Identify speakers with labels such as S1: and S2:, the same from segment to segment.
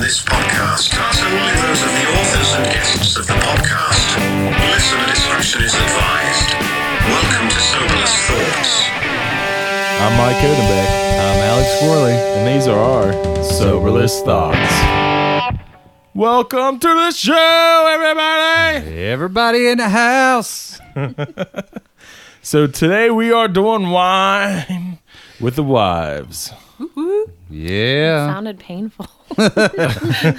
S1: this podcast are solely those of the authors and guests of the podcast. Listener discretion is advised. Welcome to Soberless Thoughts.
S2: I'm Mike Odenbeck,
S3: I'm Alex Worley.
S2: and these are our Soberless Thoughts. Welcome to the show, everybody!
S3: Everybody in the house.
S2: So today we are doing wine with the wives.
S3: Yeah.
S4: sounded painful.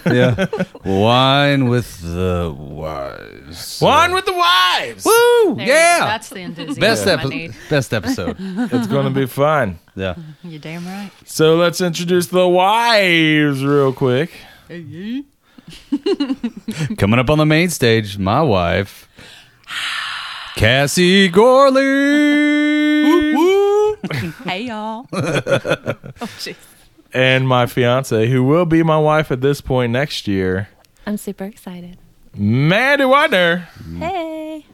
S3: yeah. Wine with the wives.
S2: Wine with the wives!
S3: Woo!
S4: There you go.
S3: yeah.
S4: that's the enthusiasm
S3: Best,
S4: I
S3: epi-
S4: need.
S3: best episode.
S2: It's gonna be fun.
S3: Yeah.
S4: You're damn right.
S2: So let's introduce the wives real quick.
S3: Coming up on the main stage, my wife, Cassie Gorley.
S4: Hey y'all. oh jeez.
S2: And my fiance, who will be my wife at this point next year,
S4: I'm super excited.
S2: Mandy Widener.
S4: Hmm. Hey.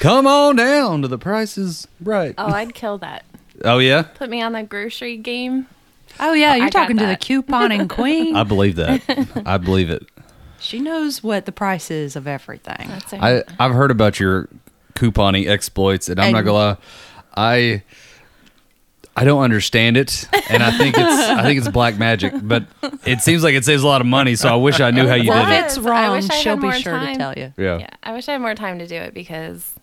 S3: Come on down to the prices right.
S4: Oh, I'd kill that.
S3: Oh, yeah?
S4: Put me on the grocery game.
S5: Oh yeah, you're
S4: I got
S5: talking to the
S4: that.
S5: couponing queen.
S3: I believe that. I believe it.
S5: she knows what the price is of everything.
S4: That's it.
S3: I I've heard about your couponing exploits, and I'm not
S5: And-
S3: gonna lie, I I don't understand it, and I think it's I think it's black magic, but it seems like it saves a lot of money. So I wish I knew how you
S5: Well,
S3: did
S5: if
S3: it.
S5: it's
S4: I
S5: wrong,
S4: wish I had
S5: she'll be
S4: more
S5: sure
S4: time.
S5: to tell you.
S3: Yeah.
S4: yeah, I wish I had more time to do it because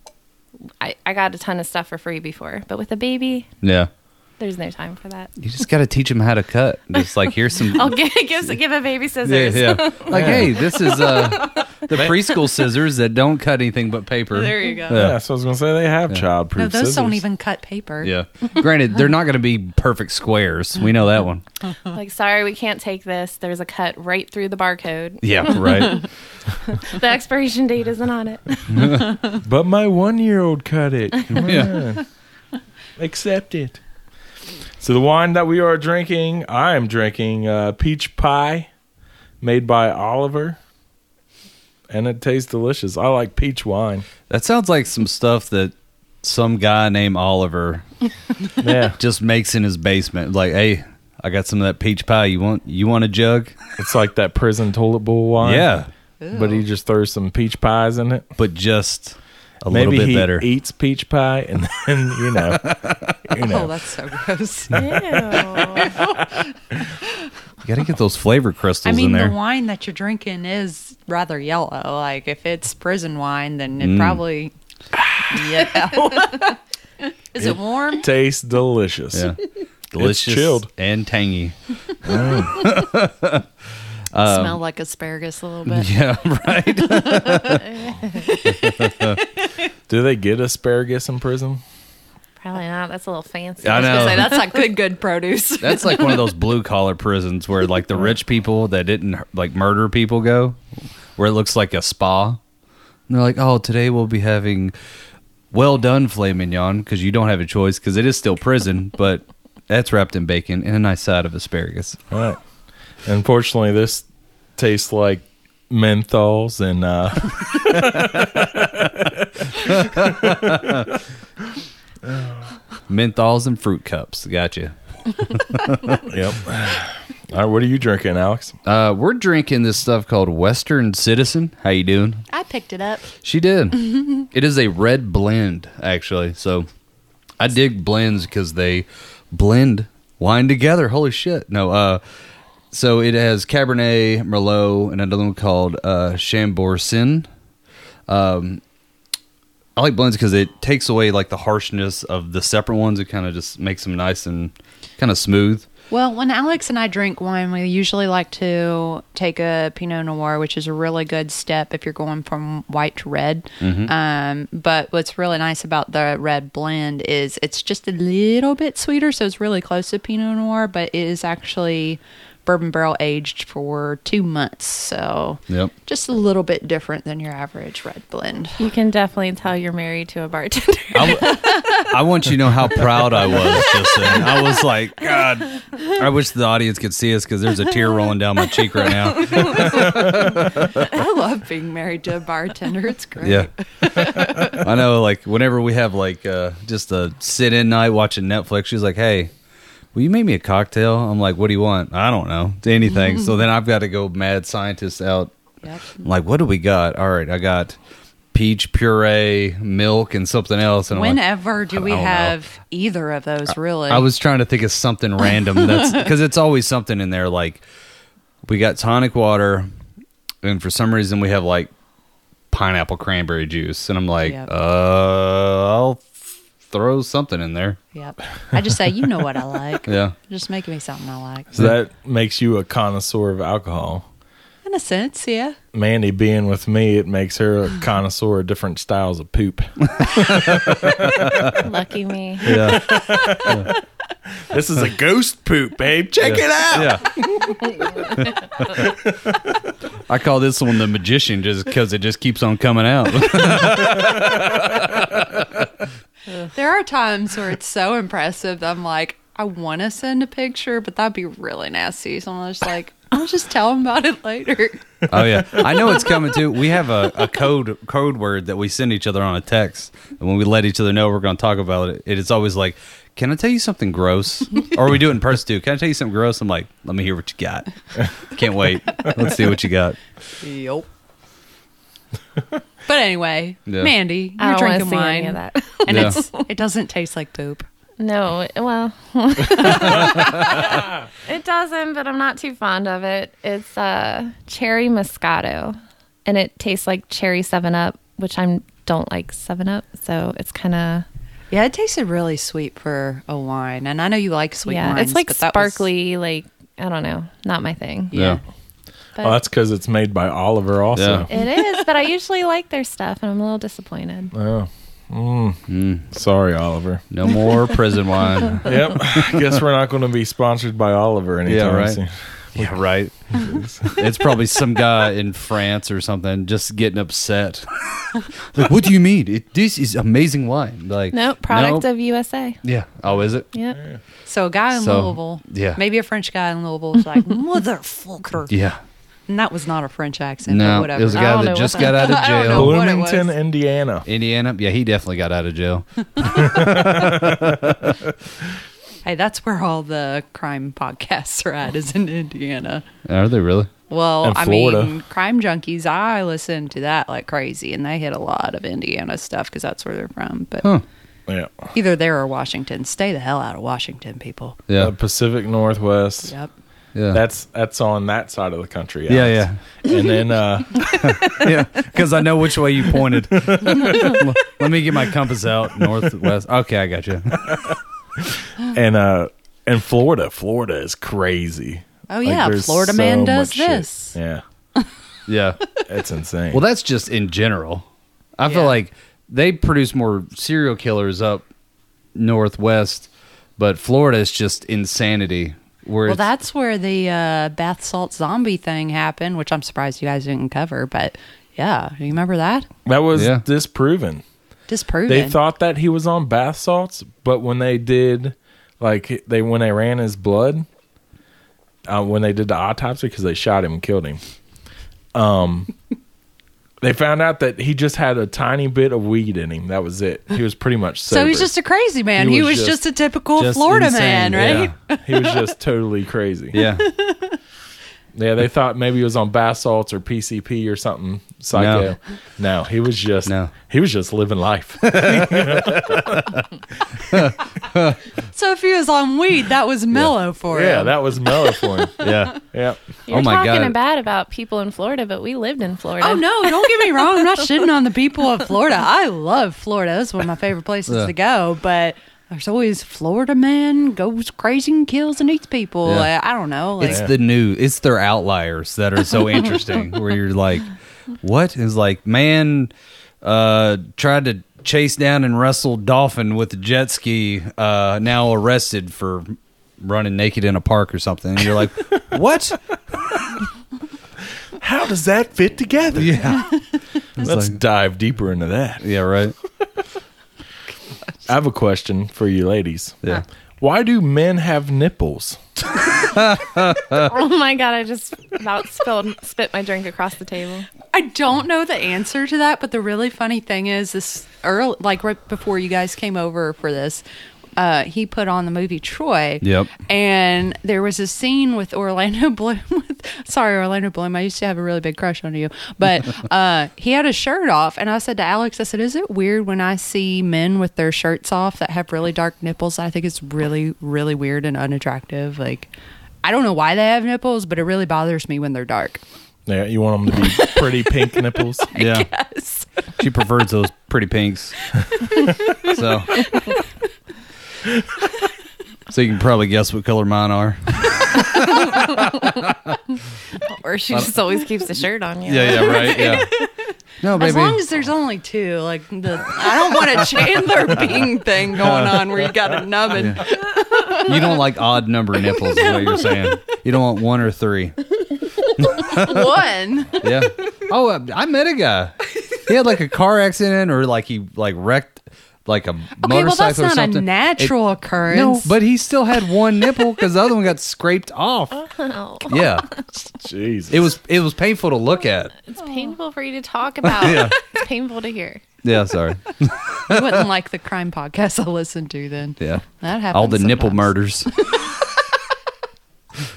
S4: I, I got a ton of stuff for free before, but with a baby,
S3: yeah,
S4: there's no time for that.
S3: you just gotta teach them how to cut. Just like here's some.
S4: I'll give give, give a baby
S3: Yeah,
S4: scissors.
S3: yeah. Like, hey, this is uh, the preschool scissors that don't cut anything but paper.
S4: There you go.
S3: Yeah.
S2: Yeah, so I was gonna say they have childproof
S5: No, those don't
S2: scissors.
S5: even cut paper.
S3: Yeah. Granted, they're not going to be perfect squares. We know that one.
S4: Like, sorry, we can't take this. There's a cut right through the barcode.
S3: Yeah, right.
S4: The expiration date isn't on it.
S2: But my one year old cut it. Come
S3: Yeah.
S2: on. Accept it. So, the wine that we are drinking, I am drinking uh, peach pie made by Oliver. And it tastes delicious. I like peach wine.
S3: That sounds like some stuff that some guy named Oliver
S2: Yeah.
S3: just makes in his basement. Like, hey, I got some of that peach pie. You want you want a jug?
S2: it's like that prison toilet bowl wine.
S3: Yeah,
S2: But he just throws some peach pies in it.
S3: but just a
S2: Maybe
S3: little bit
S2: he
S3: better.
S2: eats peach pie and then, you know, you
S5: Oh,
S2: know.
S5: that's so gross.
S3: You gotta get those flavor crystals
S5: I mean,
S3: in
S5: the
S3: there.
S5: wine that you're drinking is rather yellow. Like if it's prison wine, then it probably. Yeah. is it warm?
S2: Tastes delicious.
S3: yeah, delicious,
S2: chilled.
S3: and tangy.
S4: Smell like asparagus a little bit.
S3: Yeah, right.
S2: Do they get asparagus in prison?
S4: Probably not. That's a little fancy.
S3: I know.
S4: say, that's not good, good produce.
S3: That's like one of those blue collar prisons where like the rich people that didn't like murder people go, where it looks like a spa. And they're like, oh, today we'll be having well done filet mignon because you don't have a choice because it is still prison, but that's wrapped in bacon and a nice side of asparagus.
S2: All right. Unfortunately, this tastes like menthols and uh,
S3: Menthols and fruit cups. Gotcha.
S2: yep. All right, what are you drinking, Alex?
S3: Uh, we're drinking this stuff called Western Citizen. How you doing?
S4: I picked it up.
S3: She did. it is a red blend, actually. So I dig blends because they blend wine together. Holy shit. No, uh, so it has Cabernet, Merlot, and another one called uh, Chamborsin. Um, I like blends because it takes away like the harshness of the separate ones. It kind of just makes them nice and kind of smooth.
S5: Well, when Alex and I drink wine, we usually like to take a Pinot Noir, which is a really good step if you're going from white to red.
S3: Mm-hmm.
S5: Um, but what's really nice about the red blend is it's just a little bit sweeter, so it's really close to Pinot Noir, but it is actually bourbon barrel aged for two months, so
S3: Yep.
S5: just a little bit different than your average red blend.
S4: You can definitely tell you're married to a bartender.
S3: I, w- I want you to know how proud I was just then. I was like, God, I wish the audience could see us because there's a tear rolling down my cheek right now.
S5: I love being married to a bartender; it's great.
S3: Yeah. I know, like, whenever we have, like, uh, just a sit in night watching Netflix, she's like, hey, "Will you make me a cocktail?" I'm like, "What do you want?" I don't know anything. so then I've got to go mad scientist out.
S5: Yep.
S3: I'm like, what do we got? All right, I got peach puree, milk, and something else. And I'm like-
S5: Whenever do we
S3: don't know.
S5: have either of those? Really?
S3: I was trying to think of something random that's because it's always something in there. Like we got tonic water, and for some reason we have like pineapple cranberry juice, and I'm like,
S5: Yep.
S3: uh, I'll throw something in there.
S5: Yep. I just say, you know what I like.
S3: Yeah.
S5: Just make me something I like.
S2: So that makes you a connoisseur of alcohol.
S5: In a sense, yeah.
S2: Mandy being with me, it makes her a connoisseur of different styles of poop.
S4: Lucky me.
S3: Yeah,
S2: this is a ghost poop, babe. Check it out.
S3: yeah. I call this one the magician just because it just keeps on coming out.
S5: There are times where it's so impressive. I'm like, I want to send a picture, but that'd be really nasty. So I'm just like, I'll just tell them about it later.
S3: Oh yeah, I know it's coming too. We have a, a code code word that we send each other on a text, and when we let each other know we're going to talk about it, it is always like, "Can I tell you something gross?" or we do it in person too. Can I tell you something gross? I'm like, "Let me hear what you got." Can't wait. Let's see what you got.
S5: Yep. But anyway,
S3: Yeah.
S5: Mandy,
S4: I
S5: you're
S4: don't want to
S5: drinking
S4: see any of
S5: wine,
S4: that.
S5: and
S3: Yeah.
S5: it's it doesn't taste like poop.
S4: No, well, it doesn't, but I'm not too fond of it. It's uh, cherry moscato, and it tastes like cherry Seven Up, which I don't like Seven Up, so it's kind of
S5: Yeah, it tasted really sweet for a wine, and I know you like sweet
S4: yeah,
S5: wines.
S4: it's like
S5: but that was-
S4: sparkly, like I don't know, not my thing.
S5: Yeah.
S4: But
S2: Well, that's because it's made by Oliver, also.
S4: it is, but I usually like their stuff, and I'm a little disappointed.
S2: Oh. Mm. Sorry, Oliver.
S3: No more prison wine.
S2: Yep. I guess we're not going to be sponsored by Oliver anytime
S3: Yeah, right.
S2: soon.
S3: Yeah, right. it's probably some guy in France or something just getting upset. like, what do you mean? It, this is amazing wine. Like,
S4: No, product
S3: nope.
S4: of USA.
S3: yeah. Oh, is it?
S4: Yep.
S5: So a guy in
S3: So,
S5: Louisville,
S3: yeah.
S5: maybe a French guy in Louisville was like, motherfucker.
S3: Yeah.
S5: And that was not a French accent, but
S3: No,
S5: whatever.
S3: it was a
S4: I
S3: guy
S4: don't
S3: that
S4: know
S3: just
S4: what the-
S3: got out of
S5: I don't know.
S3: jail.
S5: Oh, what it
S2: Bloomington,
S5: was.
S2: Indiana.
S3: Indiana, yeah, he definitely got out of jail.
S5: hey, that's where all the crime podcasts are at, is in Indiana.
S3: Are they really?
S5: Well,
S2: And
S5: I
S2: Florida.
S5: mean, crime junkies, I listen to that like crazy, and they hit a lot of Indiana stuff because that's where they're from. But
S3: Huh.
S2: Yeah.
S5: either there or Washington. Stay the hell out of Washington, people.
S3: Yeah,
S2: The Uh, Pacific Northwest.
S5: Yep.
S3: yeah,
S2: That's that's on that side of the country.
S3: yeah,
S2: Alex.
S3: yeah,
S2: And then uh,
S3: yeah. Because I know which way you pointed. L- Let me get my compass out. Northwest. Okay, I got you.
S2: and uh, and Florida. Florida is crazy.
S5: Oh, yeah,
S2: there's
S5: Florida man
S2: much
S5: does
S2: shit.
S5: this.
S2: Yeah.
S3: Yeah.
S2: It's insane.
S3: Well, that's just in general. I feel
S5: Yeah.
S3: like they produce more serial killers up northwest, but Florida is just insanity. Where
S5: Well,
S3: it's-
S5: that's where the uh, bath salt zombie thing happened, which I'm surprised you guys didn't cover. But yeah, you remember that?
S2: that was
S3: Yeah.
S2: disproven.
S5: Disproven.
S2: They thought that he was on bath salts, but when they did, like they when they ran his blood, uh, when they did the autopsy because they shot him and killed him, um, they found out that he just had a tiny bit of weed in him. That was it. He was pretty much sober.
S5: so he's just a crazy man.
S2: He
S5: He,
S2: was
S5: was,
S2: just-
S5: just, a typical
S3: just
S5: Florida
S3: insane,
S5: man, right?
S2: yeah. he was just totally crazy.
S3: yeah,
S2: Yeah, they thought maybe he was on bath salts or PCP or something psycho. No, he was just
S3: No.
S2: he was just living life.
S5: So if he was on weed, that was mellow for
S2: yeah,
S5: him.
S2: that was mellow for him.
S3: yeah. Oh
S2: Yeah.
S4: You're
S3: my
S4: talking
S3: God.
S4: bad about people in Florida, but we lived in Florida.
S5: Oh no! Don't get me wrong. I'm not shitting on the people of Florida. I love Florida. That's one of my favorite places
S3: Yeah.
S5: to go. But there's always Florida man goes crazy and kills and eats people.
S3: Yeah.
S5: I, I don't know. Like,
S3: It's the new. It's their outliers that are so interesting. where you're like, what is like man uh, tried to chase down and wrestle dolphin with a jet ski. Uh, now arrested for running naked in a park or something. And you're like, what?
S2: How does that fit together?
S3: Yeah, It's
S2: Let's
S3: like-
S2: dive deeper into that.
S3: yeah, right.
S2: I have a question for you ladies.
S3: Yeah.
S2: Why do men have nipples?
S4: oh my god! I just about spilled spit my drink across the table.
S5: I don't know the answer to that, but the really funny thing is this early, like right before you guys came over for this, uh, he put on the movie Troy.
S3: Yep.
S5: And there was a scene with Orlando Bloom. With, sorry, Orlando Bloom. I used to have a really big crush on you, but uh, he had a shirt off, and I said to Alex, I said, "Is it weird when I see men with their shirts off that have really dark nipples? I think it's really, really weird and unattractive. Like, I don't know why they have nipples, but it really bothers me when they're dark."
S2: Yeah, you want them to be pretty pink nipples.
S3: yeah. She prefers those pretty pinks. so. So you can probably guess what color mine are.
S4: Or she just always keeps the shirt on you.
S3: yeah, right. Yeah. No, baby.
S5: As long as there's only two, like the I don't want a Chandler Bing thing going on where you got a nubbin.
S3: you don't like odd number nipples, is what you're saying. You don't want one or three.
S5: One.
S3: yeah. Oh, I, I met a guy. He had like a car accident or like he like wrecked like a
S5: Okay, well
S3: motorcycle
S5: that's
S3: or
S5: not
S3: something.
S5: a
S3: It-
S5: natural
S3: no,
S5: occurrence.
S3: but he still had one nipple because the other one got scraped off.
S4: Oh,
S3: Yeah,
S2: Jesus.
S3: it was it was painful to look at.
S4: it's painful for you to talk about.
S3: Yeah.
S4: It's painful to hear.
S3: Yeah, sorry.
S5: you wouldn't like the crime podcast I listened to then.
S3: Yeah,
S5: That happens.
S3: all the nipple
S5: sometimes.
S3: murders.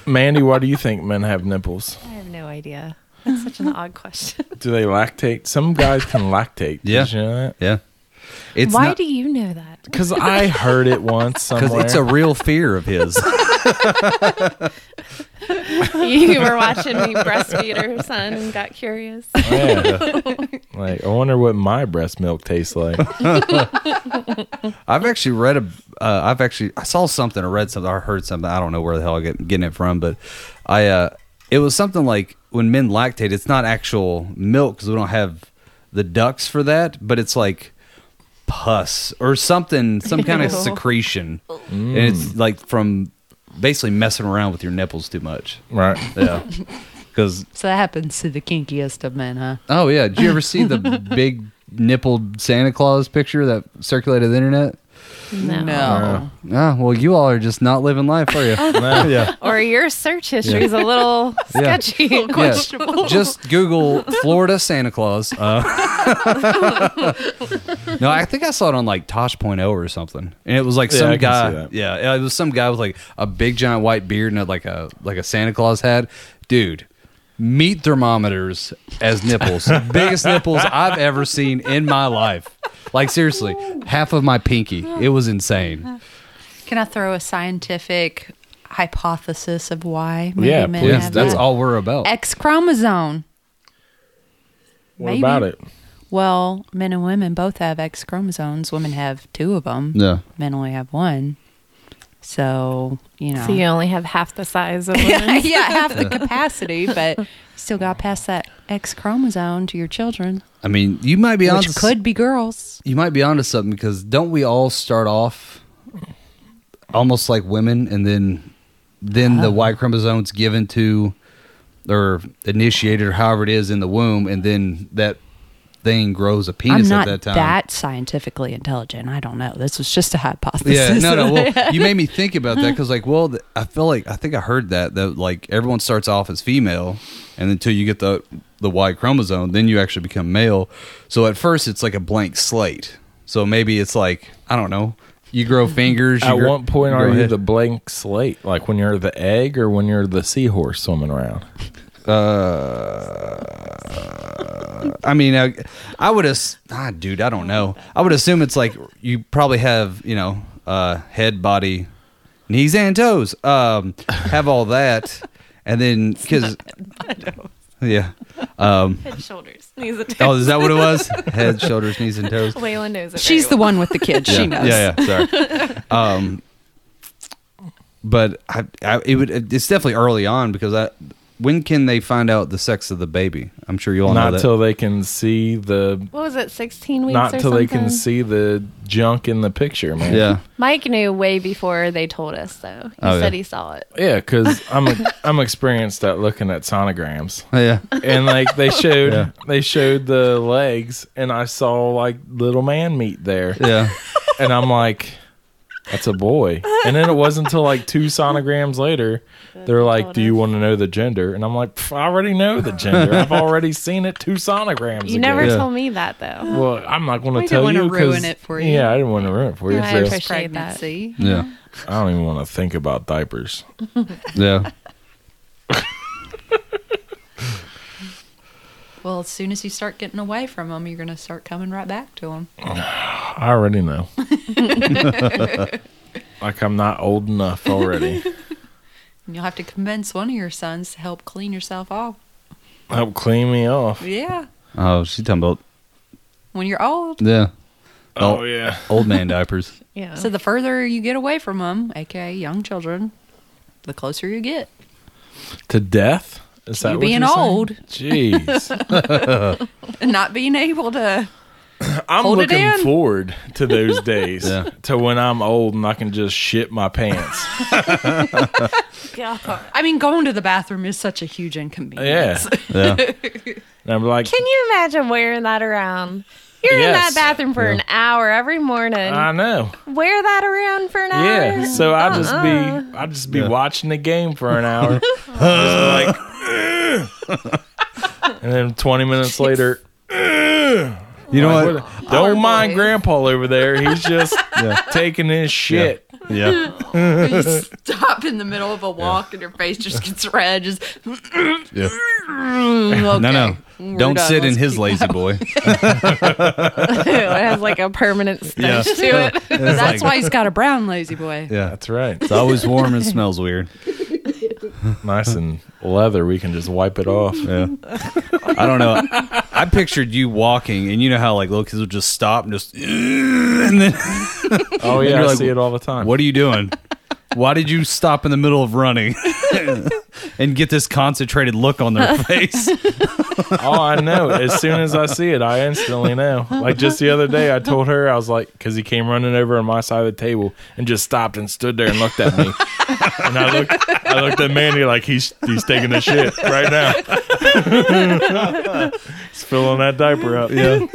S2: Mandy, why do you think men have nipples?
S4: I have no idea. That's such an odd question.
S2: Do they lactate? Some guys can lactate.
S3: Yeah.
S2: Did you know that?
S3: Yeah, it's
S4: Why
S3: not,
S4: do you know that?
S2: Because I heard it once
S3: because
S2: somewhere.
S3: it's a real fear of his.
S4: You were watching me breastfeed her son and got curious.
S2: Yeah. like, I wonder what my breast milk tastes like.
S3: I've actually read a. Uh, I've actually I saw something or read something or heard something. I don't know where the hell I get getting it from, but I. Uh, it was something like when men lactate, it's not actual milk because we don't have the ducts for that, but it's like pus or something, some kind of
S4: Ew.
S3: secretion, and it's like from basically messing around with your nipples too much.
S2: Right.
S3: Yeah, because
S5: So that happens to the kinkiest of men, huh?
S3: oh yeah, did you ever see the big nippled Santa Claus picture that circulated the internet?
S4: No.
S5: No.
S3: Ah, well, you all are just not living life, are you?
S2: yeah.
S4: Or your search history is a little
S3: Yeah.
S4: sketchy.
S3: Yeah. Just Google Florida Santa Claus. Uh, no, I think I saw it on like Tosh.0 or something, and it was like
S2: Yeah,
S3: some
S2: I can see
S3: guy.
S2: that.
S3: Yeah, it was some guy with like a big giant white beard and like a like a Santa Claus hat, dude. Meat thermometers as nipples, biggest nipples I've ever seen in my life. Like seriously, half of my pinky. It was insane.
S5: Can I throw a scientific hypothesis of why maybe
S2: Yeah,
S5: men
S2: please.
S3: Yes,
S5: have
S3: that's
S5: that?
S3: all we're about.
S5: X chromosome.
S2: What
S5: Maybe.
S2: about it?
S5: Well, men and women both have X chromosomes. Women have two of them.
S3: Yeah.
S5: Men only have one. So, you know.
S4: So you only have half the size of women.
S5: yeah, half the capacity, but still got past that X chromosome to your children,
S3: I mean, you might be
S5: which
S3: honest.
S5: could be girls.
S3: you might be onto something because don't we all start off almost like women and then then the
S5: Ah.
S3: Y chromosome's given to or initiated or however it is in the womb and then that thing grows a penis
S5: I'm not
S3: at that
S5: that,
S3: time.
S5: scientifically intelligent. I don't know. This was just a hypothesis.
S3: yeah, no, no. Well, you made me think about that because, like, well, th- I feel like I think I heard that that like everyone starts off as female, and until you get the the Y chromosome, then you actually become male. So at first, it's like a blank slate. So maybe it's like I don't know. You grow fingers. You
S2: At
S3: grow,
S2: what point
S3: grow
S2: are you
S3: head-
S2: the blank slate? Like when you're the egg or when you're the seahorse swimming around?
S3: I mean, I, I would have. Ah, dude, I don't know. I would assume it's like you probably have, you know, uh, head, body, knees, and toes. Um, have all that, and then because, yeah. Um,
S4: Head, shoulders, knees, and
S3: oh,
S4: toes.
S3: is that what it was? Head, shoulders, knees, and toes.
S4: Waylon knows it.
S5: She's the one with the kids.
S3: Yeah,
S5: She knows.
S3: Yeah, yeah. Sorry. um, but I, I, it would. It's definitely early on because I. When can they find out the sex of the baby? I'm sure you all know
S2: Not
S3: that.
S2: till they can see the.
S4: What was it? Sixteen weeks.
S2: Not
S4: or
S2: till they can
S4: something?
S2: see the junk in the picture, man.
S3: yeah.
S4: Mike knew way before they told us, though. He
S3: Oh,
S4: said
S3: yeah.
S4: he saw it.
S2: Yeah, because I'm I'm experienced at looking at sonograms.
S3: Yeah.
S2: and like they showed
S3: Yeah.
S2: they showed the legs and i saw like little man meat there
S3: Yeah.
S2: and i'm like That's a boy. And then it wasn't until like two sonograms later, they're like, Do you want to know the gender? And I'm like, "Pff, I already know the gender. I've already seen it two sonograms
S4: You
S2: ago.
S4: never
S3: Yeah.
S4: told me that though.
S2: Well, I'm not going to
S5: didn't
S2: tell
S5: wanna
S2: you. 'cause-
S5: ruin it for you.
S2: Yeah, I didn't want to ruin it for you.
S4: I
S2: so
S4: appreciate- that.
S5: Pregnancy.
S3: Yeah.
S2: I don't even want to think about diapers.
S3: Yeah.
S5: Well, as soon as you start getting away from them, you're going to start coming right back to them.
S2: I already know. like I'm not old enough already.
S5: And you'll have to convince one of your sons to help clean yourself off.
S2: Help clean me off.
S5: Yeah.
S3: Oh, she's talking about
S5: When you're old.
S3: yeah,
S2: Oh,
S3: Oh.
S2: yeah.
S3: old man diapers.
S4: Yeah.
S5: So the further you get away from them, aka young children, the closer you get.
S2: To death? Is that
S5: You
S2: what
S5: being
S2: you're saying?
S5: old.
S2: Jeez.
S5: And not being able to.
S2: I'm
S5: Hold it
S2: looking
S5: in.
S2: forward to those days.
S3: Yeah.
S2: To when I'm old and I can just shit my pants.
S5: I mean, going to the bathroom is such a huge inconvenience.
S2: yeah.
S3: Yeah,
S2: And I'm like,
S4: Can you imagine wearing that around? You're
S2: Yes.
S4: in that bathroom for an hour every morning.
S2: I know.
S4: Wear that around for an hour.
S2: Uh, Yeah. So I just
S5: Uh-uh.
S2: be I just be watching the game for an hour. Just like and then 20 minutes later,
S3: you know
S2: Like,
S3: what?
S2: what- Don't mind Grandpa over there. He's just taking his shit.
S3: Yeah,
S5: You stop in the middle of a walk and your face just gets red. Just "Mm,
S3: yeah.
S5: okay.
S3: No, no.
S5: We're
S3: Don't
S5: done.
S3: sit
S5: Let's
S3: in his
S5: keep-
S3: lazy boy.
S4: it has like a permanent
S3: Yeah.
S4: stench to it.
S5: That's why he's got a brown lazy boy.
S3: Yeah,
S2: That's right.
S3: it's always warm and smells weird.
S2: Nice and leather. We can just wipe it off.
S3: Yeah, I don't know. I pictured you walking, and you know how like little kids will just stop and just, and then
S2: Oh yeah,
S3: you're
S2: I
S3: like,
S2: see it all the time.
S3: what are you doing? Why did you stop in the middle of running and get this concentrated look on their face?
S2: Oh, I know. As soon as I see it, I instantly know. Like just the other day, I told her I was like, because he came running over on my side of the table and just stopped and stood there and looked at me. And I looked, I looked at Mandy like he's he's taking a shit right now. he's filling that diaper up. Yeah.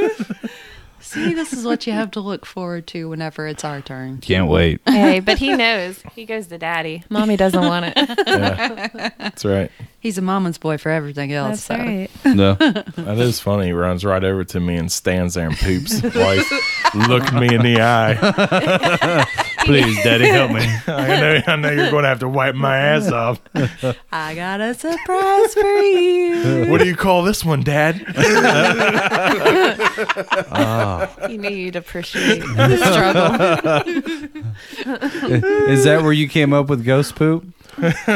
S5: See, this is what you have to look forward to whenever it's our turn.
S3: Can't wait.
S4: hey, but he knows. He goes to daddy. Mommy doesn't want it. That's
S2: That's right.
S5: He's a mama's boy for everything else. so.
S4: right.
S3: No.
S2: That is funny. He runs right over to me and stands there and poops. Like, look me in the eye.
S3: Please, Daddy, help me.
S2: I know, I know you're going to have to wipe my ass off.
S5: I got a surprise for you.
S2: What do you call this one, Dad?
S4: He knew you'd appreciate
S5: The struggle.
S3: Is that where you came up with ghost poop?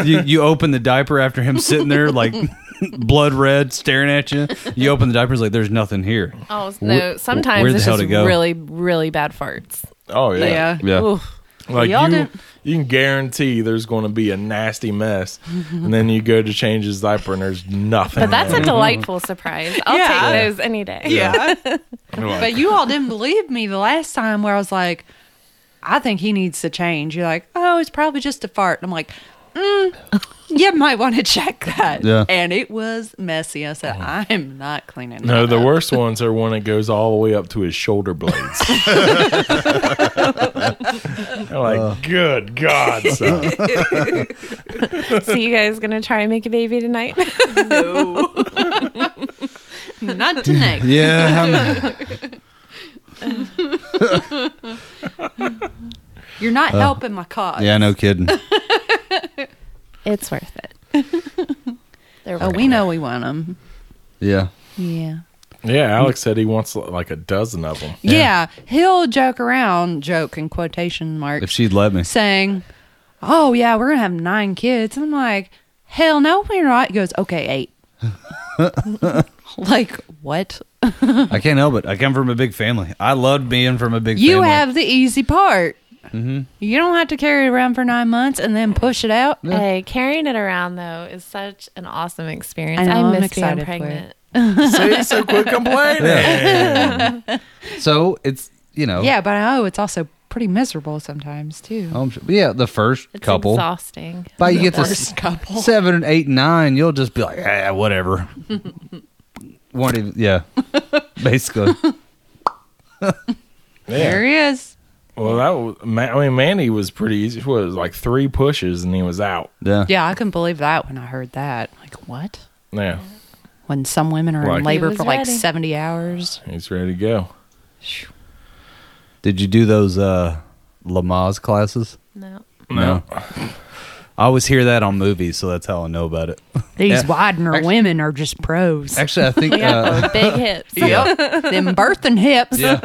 S3: You, you open the diaper after him sitting there, like blood red, staring at you. You open the diaper, it's like, there's nothing here.
S4: Oh
S3: Where-
S4: no! Sometimes
S3: where the
S4: it's
S3: hell
S4: just
S3: to go?
S4: really, really bad farts.
S2: Oh, yeah.
S5: Yeah.
S3: Yeah.
S4: Oof.
S2: Like,
S5: Y'all
S2: you,
S5: didn't-
S2: you can guarantee there's going to be a nasty mess. And then you go to change his diaper and there's nothing.
S4: But that's a delightful surprise. I'll
S5: Yeah.
S4: take those any day.
S5: Yeah.
S2: You're like,
S5: But you all didn't believe me the last time where I was like, I think he needs to change. You're like, oh, it's probably just a fart. And I'm like, mm, you might want to check that.
S3: Yeah. Oh.
S5: And it was messy. I said, I'm not cleaning
S2: no,
S5: that
S2: the
S5: up."
S2: worst ones are when it goes all the way up to his shoulder blades. They're like, good God, son.
S4: So you guys gonna try and make a baby tonight?
S5: Not tonight.
S3: Yeah.
S5: You're not helping my cause.
S3: Uh, yeah, no kidding.
S4: it's worth it. They're
S5: Oh,
S4: worth
S5: we know we want them.
S3: Yeah.
S5: Yeah.
S2: Yeah, Alex said he wants like a dozen of them.
S5: Yeah. He'll joke around, joke in quotation
S3: If
S5: marks,
S3: she'd let me.
S5: saying, Oh, yeah, we're going to have nine kids. And I'm like, Hell no, we're not. He goes, Okay, eight. like, what?
S3: I can't help it. I come from a big family. I loved being from a big
S5: You
S3: family. Mm-hmm.
S5: have the easy part. You don't have to carry it around for nine months and then push it out.
S4: it. Hey, carrying it around though is such an awesome experience.
S5: I know,
S4: I,
S5: I'm
S4: miss
S5: excited for
S4: being
S5: it.
S4: pregnant.
S2: See, so quit complaining.
S3: So it's, you know.
S5: Yeah, but I know it's also pretty miserable sometimes, too.
S3: I'm sure- yeah, the first
S4: It's
S3: couple.
S4: exhausting.
S3: By you get to
S5: Worst
S3: s-
S5: couple.
S3: seven and eight and nine, you'll just be like, ah, whatever. Won't even, yeah. Basically.
S5: There he is.
S2: Well, that was, Ma- I mean, Mandy was pretty easy. It was like three pushes and he was out.
S3: Yeah.
S5: Yeah, I couldn't believe that when I heard that. Like, what?
S2: Yeah,
S5: When some women are
S2: Right.
S5: in labor
S4: He
S5: for
S4: was
S5: like
S4: ready.
S5: 70 hours.
S2: he's ready to go.
S3: Did you do those uh Lamaze classes?
S4: No.
S3: No. I always hear that on movies, so that's how I know about it.
S5: These
S3: Yeah.
S5: Widener
S3: Actu-
S5: women are just pros.
S3: Actually, I think uh,
S4: Yeah, big hips.
S3: yeah.
S5: Them birthing hips.
S3: Yeah.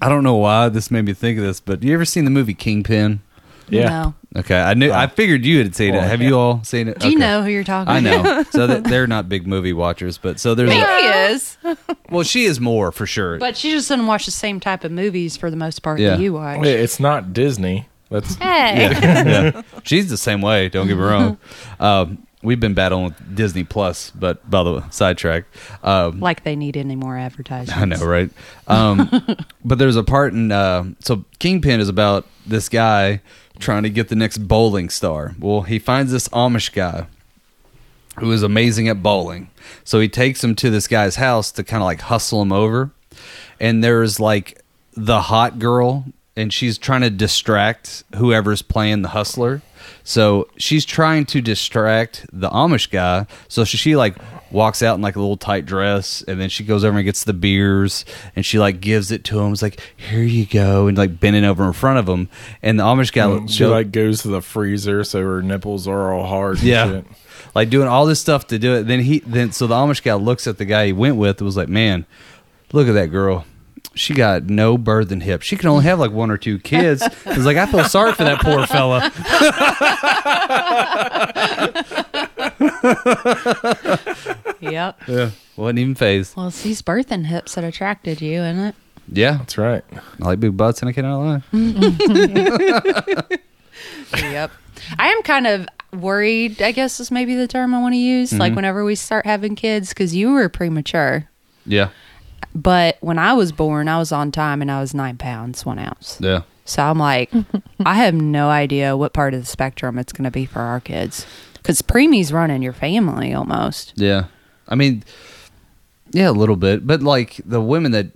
S3: I don't know why this made me think of this, but you ever seen the movie Kingpin?
S2: Yeah,
S5: No.
S3: Okay, I knew I figured you had seen it.
S2: Well,
S3: Have
S2: yeah.
S3: you all seen it?
S5: Do you
S3: Okay.
S5: know who you're talking
S3: I
S5: about?
S3: know. So that they're not big movie watchers, but so there's a,
S5: He is.
S3: well, she is more for sure.
S5: But she just doesn't watch the same type of movies for the most part
S3: Yeah.
S5: that you watch.
S2: Wait, it's not Disney. That's
S4: Hey.
S3: yeah. She's the same way. Don't get me wrong. Um, we've been battling with Disney Plus, but by the way, sidetrack. Um,
S5: Like they need any more advertising.
S3: I know, right? Um, but there's a part in uh, so Kingpin is about this guy trying to get the next bowling star. Well, he finds this Amish guy who is amazing at bowling, so he takes him to this guy's house to kind of like hustle him over. And there's like the hot girl, and she's trying to distract whoever's playing the hustler. So she's trying to distract the Amish guy. So she, she like walks out in like a little tight dress, and then she goes over and gets the beers, and she like gives it to him. It's like, here you go, and like bending over in front of him. And the Amish guy,
S2: she like goes to the freezer, so her nipples are all hard. And
S3: yeah,
S2: shit.
S3: like doing all this stuff to do it. Then he, then so the Amish guy looks at the guy he went with, and was like, man, look at that girl. She got no birthing hips. She can only have like one or two kids. He's like, I feel sorry for that poor fella.
S5: Yep.
S3: Yeah, wasn't even phased.
S5: Well, it's these birthing hips that attracted you, isn't it?
S3: Yeah,
S2: that's right.
S3: I like big butts and I cannot lie.
S5: Yep. I am kind of worried, I guess is maybe the term I want to use,
S3: Mm-hmm.
S5: like whenever we start having kids, because you were premature.
S3: Yeah,
S5: But when I was born, I was on time and I was nine pounds, one ounce.
S3: yeah.
S5: So I'm like, I have no idea what part of the spectrum it's going to be for our kids. Because preemies running your family almost.
S3: Yeah. I mean, yeah, a little bit. But like the women that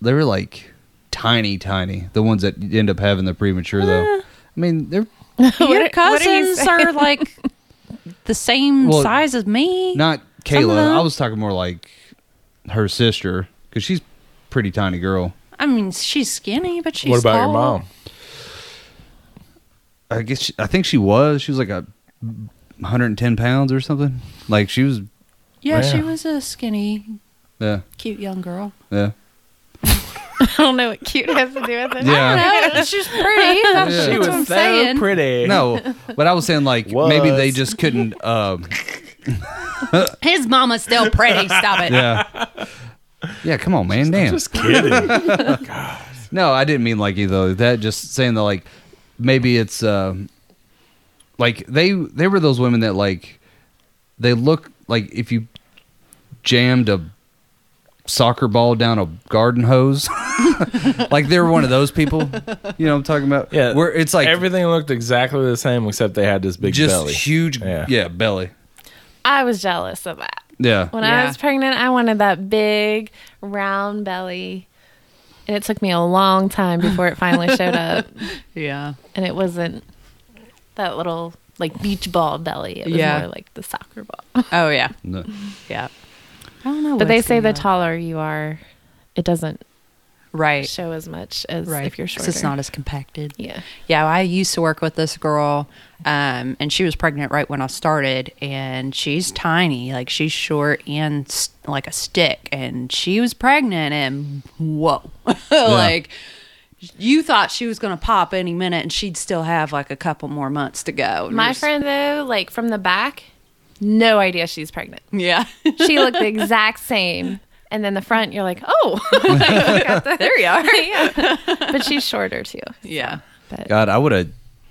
S3: they were like tiny, tiny. The ones that end up having the premature, though. I mean, they're
S5: Your
S4: what are you
S5: cousins are, like the same
S3: Well,
S5: size as me.
S3: not
S5: Some of
S3: Kayla.
S5: them.
S3: I was talking more like her sister because she's pretty tiny girl.
S5: I mean, she's skinny, but she's
S2: what about your
S5: tall.
S2: mom?
S3: I guess she, I think she was. She was like a 110 pounds or something. Like she was.
S5: Yeah, she
S2: Yeah.
S5: was a skinny,
S3: Yeah.
S5: cute young girl.
S3: Yeah.
S4: I don't know what cute has to do with it.
S3: Yeah.
S5: No, she's pretty. That's
S3: She
S5: what I'm saying.
S2: pretty.
S3: No, but I was saying like maybe they
S2: Was.
S3: just couldn't. Um,
S5: His mama's still pretty. Stop it.
S3: yeah. Yeah, come on, man. Damn.
S2: just kidding.
S3: No, I didn't mean like either. That just saying that like maybe it's um like they they were those women that like they look like if you jammed a soccer ball down a garden hose. like they were one of those people. You know what I'm talking about?
S2: yeah,
S3: Where it's like
S2: everything looked exactly the same except they had this big
S3: just
S2: belly.
S3: huge
S2: Yeah.
S3: yeah. belly.
S4: I was jealous of that.
S3: Yeah.
S4: When
S5: Yeah.
S4: I was pregnant, I wanted that big, round belly. And it took me a long time before it finally showed up.
S5: Yeah.
S4: And it wasn't that little, like, beach ball belly. It was
S5: Yeah.
S4: more like the soccer ball.
S5: Oh yeah.
S3: No.
S5: Yeah. I don't know.
S4: But they say the
S5: the
S4: taller you are, it doesn't
S5: right,
S4: show as much as
S5: right.
S4: if you're
S5: 'Cause
S4: shorter.
S5: it's not as compacted.
S4: Yeah.
S5: Yeah, I used to work with this girl, um, and she was pregnant right when I started, and she's tiny, like she's short and s like a stick, and she was pregnant, and whoa, like you thought she was gonna pop any minute, and she'd still have like a couple more months to go. And
S4: My
S5: you're just-
S4: friend, though, like, from the back, no idea she's pregnant.
S5: yeah,
S4: She looked the exact same. And then the front, you're like, oh, there you are. yeah. But she's shorter too.
S5: yeah,
S3: God, I would have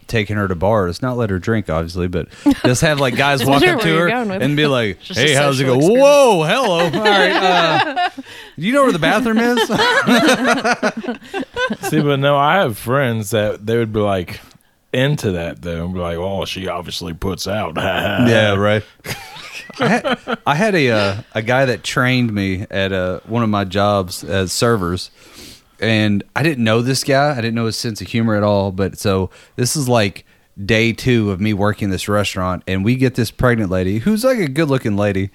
S3: taken her to bars, not let her drink, obviously, but just have like guys walk
S4: sure
S3: up to
S4: where you're
S3: her
S4: going with
S3: and be like,
S5: a
S3: "Hey, how's it go?
S5: social
S3: Whoa, hello! All right, uh, do you know where the bathroom is?
S2: See, but no, I have friends that they would be like into that though, and be like, "Oh, she obviously puts out."
S3: right. I had, I had a uh, a guy that trained me at uh, one of my jobs as servers, and I didn't know this guy. I didn't know his sense of humor at all. But so this is like day two of me working this restaurant, and we get this pregnant lady who's like a good looking lady,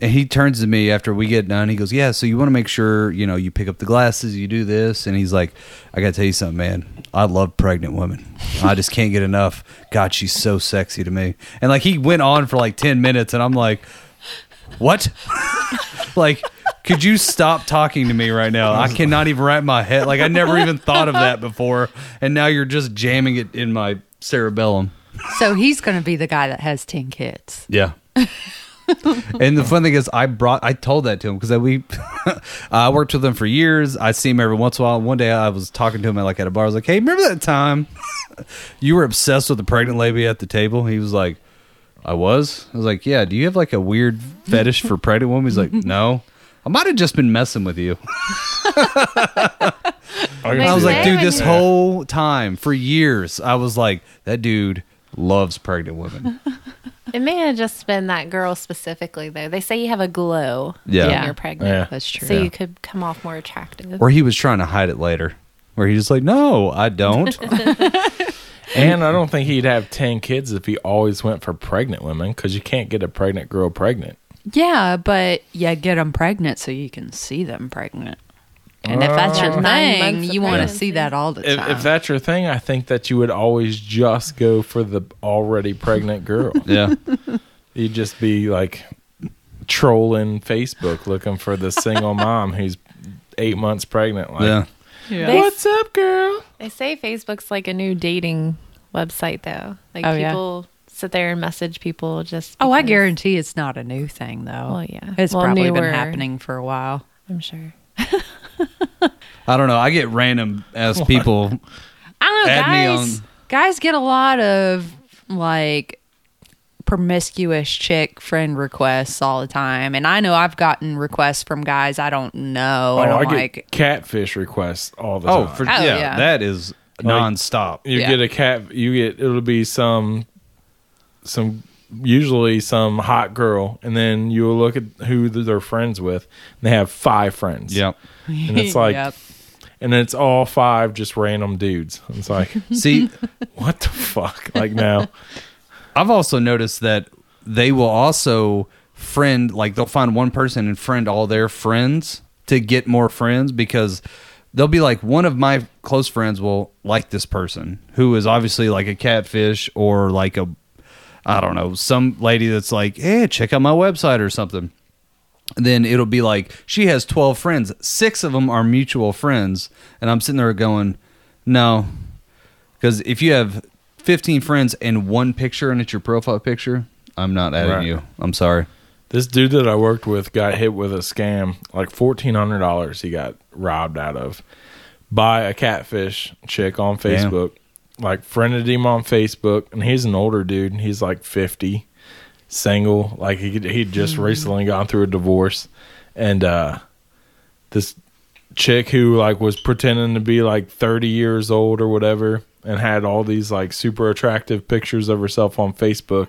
S3: and he turns to me after we get done. He goes, "Yeah, so you want to make sure you know you pick up the glasses, you do this," and he's like, "I gotta tell you something, man. I love pregnant women. I just can't get enough. God, she's so sexy to me." And like he went on for like ten minutes, and I'm like what? like, could you stop talking to me right now? I cannot even wrap my head. Like, I never even thought of that before, and now you're just jamming it in my cerebellum.
S5: So he's going to be the guy that has 10 kids.
S3: Yeah. and the fun thing is, I brought, I told that to him because we, I worked with him for years. I see him every once in a while. One day, I was talking to him at like at a bar. I was like, "Hey, remember that time you were obsessed with the pregnant lady at the table?" He was like, "I was." I was like, "Yeah." Do you have like a weird fetish for pregnant women? He's like, "No." I might have just been messing with you.
S2: can
S4: Makes
S2: see
S3: I was like,
S2: that.
S3: dude, this
S4: Yeah.
S3: whole time for years, I was like, that dude loves pregnant women.
S4: It may have just been that girl specifically, though. They say you have a glow
S3: Yeah.
S4: when
S3: Yeah.
S4: you're pregnant,
S2: Yeah.
S5: That's true.
S4: so you could come off more attractive.
S3: or he was trying to hide it later where he's just like no i don't
S2: And I don't think he'd have 10 kids if he always went for pregnant women because you can't get a pregnant girl pregnant.
S5: Yeah, but yeah, get them pregnant so you can see them pregnant. And if that's your
S4: Oh. Nine
S5: thing,
S4: months of
S5: you want to
S4: pregnancy.
S5: see that all the
S2: If,
S5: time.
S2: if that's your thing, I think that you would always just go for the already pregnant girl.
S3: yeah
S2: You'd just be like trolling Facebook looking for the single mom who's eight months pregnant. Like,
S3: yeah
S4: They,
S2: What's up, girl?
S4: they say Facebook's like a new dating website, though. Like
S5: Oh, yeah.
S4: people sit there and message people just.
S5: oh, I
S4: because-
S5: guarantee it's not a new thing, though.
S4: Well, yeah.
S5: It's
S4: Well,
S5: probably
S4: newer.
S5: been happening for a while.
S4: I'm sure.
S3: i don't know i get random as people
S5: I don't know,
S3: Add me
S5: guys.
S3: on.
S5: Guys get a lot of like promiscuous chick friend requests all the time, and I know I've gotten requests from guys I don't know,
S2: Oh,
S5: and I'm
S2: I get
S5: like,
S2: catfish requests all the
S3: oh
S2: time.
S3: for,
S5: Oh,
S3: yeah,
S5: yeah.
S3: that is nonstop
S2: you
S5: Yeah.
S2: get a cat you get it'll be some some usually some hot girl and then you'll look at who th- they're friends with and they have five friends
S3: yep
S2: and it's like
S5: Yep.
S2: and it's all five just random dudes it's like
S3: see
S2: what the fuck like now
S3: i've also noticed that they will also friend like they'll find one person and friend all their friends to get more friends because they'll be like one of my close friends will like this person who is obviously like a catfish or like a I don't know, some lady that's like, hey, check out my website or something. Then it'll be like, she has 12 friends. Six of them are mutual friends. And I'm sitting there going, no. Because if you have 15 friends and one picture and it's your profile picture, I'm not adding
S2: Right.
S3: you. I'm sorry.
S2: this dude that i worked with got hit with a scam like $1400 he got robbed out of by a catfish chick on
S3: Damn.
S2: facebook like friended him on facebook and he's an older dude and he's like 50 single like he he'd just recently gone through a divorce and uh this chick who like was pretending to be like 30 years old or whatever and had all these like super attractive pictures of herself on facebook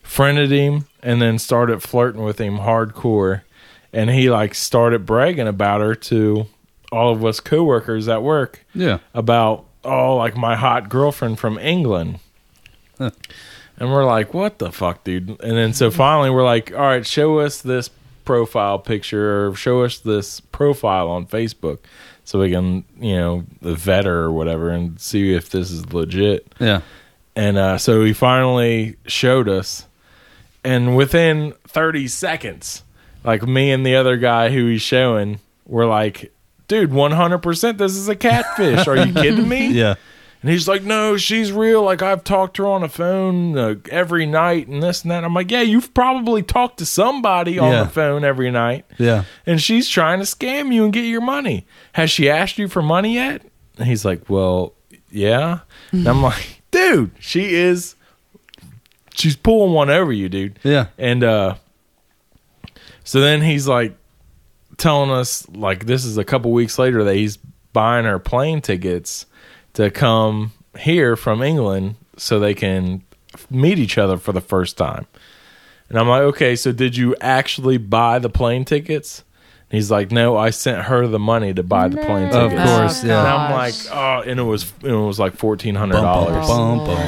S2: friended him and then started flirting with him hardcore and he like started bragging about her to all of us coworkers at work
S3: Yeah.
S2: about oh like my hot girlfriend from England. And we're like, what the fuck, dude? And then so finally we're like, all right, show us this profile picture or show us this profile on Facebook so we can, you know, vet her or whatever and see if this is legit.
S3: Yeah.
S2: And uh, so he finally showed us. And within 30 seconds, like me and the other guy who he's showing were like, dude, 100% this is a catfish. Are you kidding me?
S3: Yeah.
S2: And he's like, no, she's real. Like, I've talked to her on the phone uh, every night and this and that. I'm like, yeah, you've probably talked to somebody on
S3: Yeah.
S2: the phone every night.
S3: Yeah.
S2: And she's trying to scam you and get your money. Has she asked you for money yet? And he's like, well, yeah. And I'm like, dude, she is, she's pulling one over you, dude.
S3: Yeah.
S2: And uh, so then he's like telling us, like, this is a couple weeks later that he's buying her plane tickets to come here from England so they can meet each other for the first time. And I'm like, okay, so did you actually buy the plane tickets? And he's like, no, I sent her the money to buy the plane
S4: No.
S3: Of
S2: tickets.
S3: course,
S5: Oh,
S3: yeah.
S2: And I'm like,
S5: gosh.
S2: oh, and it was it was like fourteen hundred
S3: Bum, bum,
S2: dollars,
S3: bum, bum.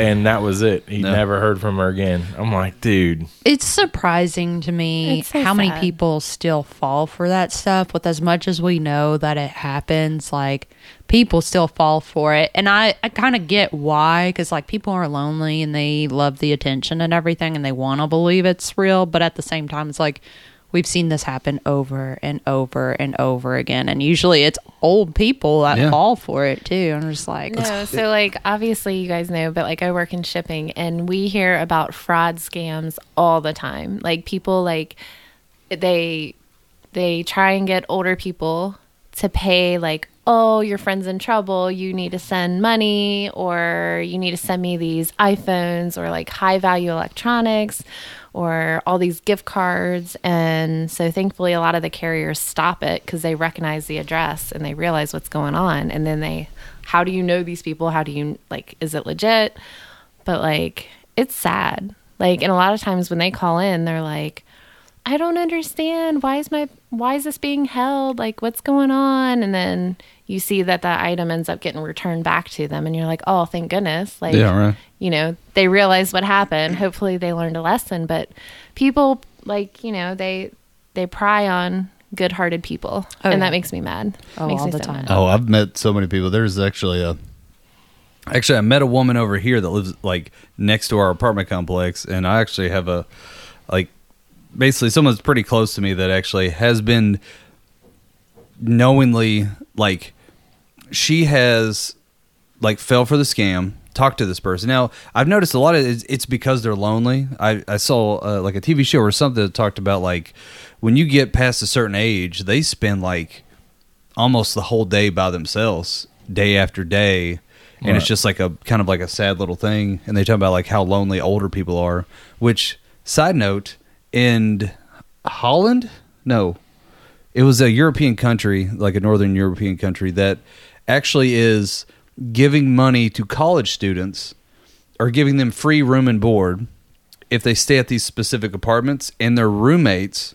S2: and that was it. He
S3: No.
S2: never heard from her again. I'm like, dude,
S5: It's surprising to me
S4: It's so
S5: how many
S4: sad.
S5: people still fall for that stuff. With as much as we know that it happens, like people still fall for it, and I I kind of get why because like people are lonely and they love the attention and everything, and they want to believe it's real, but at the same time, it's like we've seen this happen over and over and over again, and usually it's old people that
S3: Yeah.
S5: fall for it too. I'm just like,
S4: No, so like obviously you guys know, but like I work in shipping and we hear about fraud scams all the time. Like people like they they try and get older people to pay like oh your friend's in trouble you need to send money or you need to send me these iphones or like high value electronics or all these gift cards and so thankfully a lot of the carriers stop it because they recognize the address and they realize what's going on and then they how do you know these people how do you like is it legit but like it's sad like and a lot of times when they call in they're like I don't understand. Why is my why is this being held? Like what's going on? And then you see that that item ends up getting returned back to them and you're like, "Oh, thank goodness." Like
S3: Yeah, right.
S4: you know, they realized what happened. Hopefully they learned a lesson, but people like, you know, they they pry on good-hearted people
S5: Oh,
S4: and
S5: yeah.
S4: that makes me mad.
S5: Oh,
S4: makes
S5: all
S4: me
S5: the
S4: so
S5: time.
S4: mad.
S3: Oh, I've met so many people. There's actually a actually I met a woman over here that lives like next to our apartment complex, and I actually have a like basically someone's pretty close to me that actually has been knowingly like she has like fell for the scam talk to this person now i've noticed a lot of it's, it's because they're lonely i, I saw uh, like a tv show or something that talked about like when you get past a certain age they spend like almost the whole day by themselves day after day and it's
S2: Right.
S3: just like a kind of like a sad little thing and they talk about like how lonely older people are which side note in holland no it was a European country, like a northern European country, that actually is giving money to college students or giving them free room and board if they stay at these specific apartments and their roommates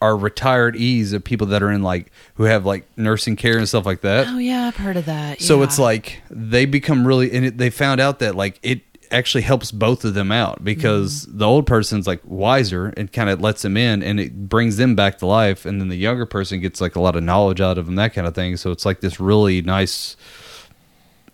S3: are retired e's of people that are in like who have like nursing care and stuff like that.
S5: oh yeah, I've heard of that.
S3: So it's like they become really, and it, they found out that like it actually helps both of them out because
S5: Mm-hmm.
S3: the old person's like wiser and kind of lets them in and it brings them back to life. And then the younger person gets like a lot of knowledge out of them, that kind of thing. So it's like this really nice,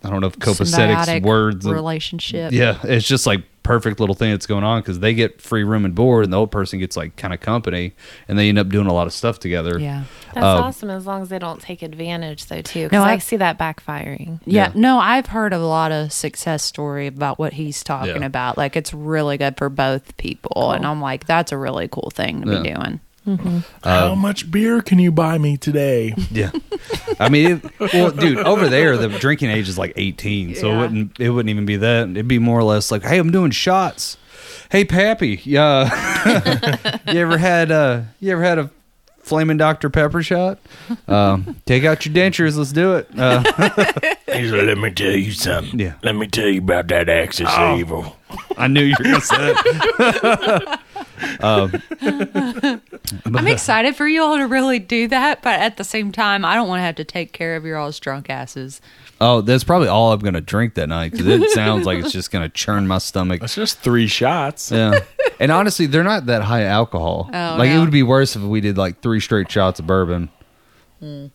S3: I don't know if copacetic words. of-
S5: relationship.
S3: yeah. It's just like perfect little thing that's going on because they get free room and board and the old person gets like kind of company and they end up doing a lot of stuff together.
S5: yeah.
S4: That's awesome as long as they don't take advantage though too cuz
S5: No,
S4: I,
S5: I-
S4: see that backfiring.
S5: Yeah,
S3: Yeah.
S5: no, I've heard a lot of success story about what he's talking
S3: Yeah.
S5: about. Like it's really good for both people, and I'm like, that's a really cool thing to be
S3: Yeah.
S5: doing.
S2: how much beer can you buy me today?
S3: Yeah, I mean, it, well, dude, over there the drinking age is like eighteen, so it
S4: Yeah.
S3: wouldn't it wouldn't even be that. It'd be more or less like, hey, I'm doing shots. Hey, pappy, yeah, you ever had uh, you ever had a flaming Dr Pepper shot? Um, take out your dentures, let's do it. Uh,
S2: He's like, let me tell you something.
S3: Yeah.
S2: Let me tell you about that access evil.
S3: I knew you were gonna say that.
S5: I'm excited for you all to really do that, but at the same time, I don't want to have to take care of your all's drunk asses.
S3: Oh, that's probably all I'm gonna drink that night because it sounds like it's just gonna churn my stomach.
S2: That's just three shots.
S3: Yeah. And honestly, they're not that high alcohol.
S5: Oh,
S3: like it
S5: no.
S3: would be worse if we did like three straight shots of bourbon.
S5: Hmm.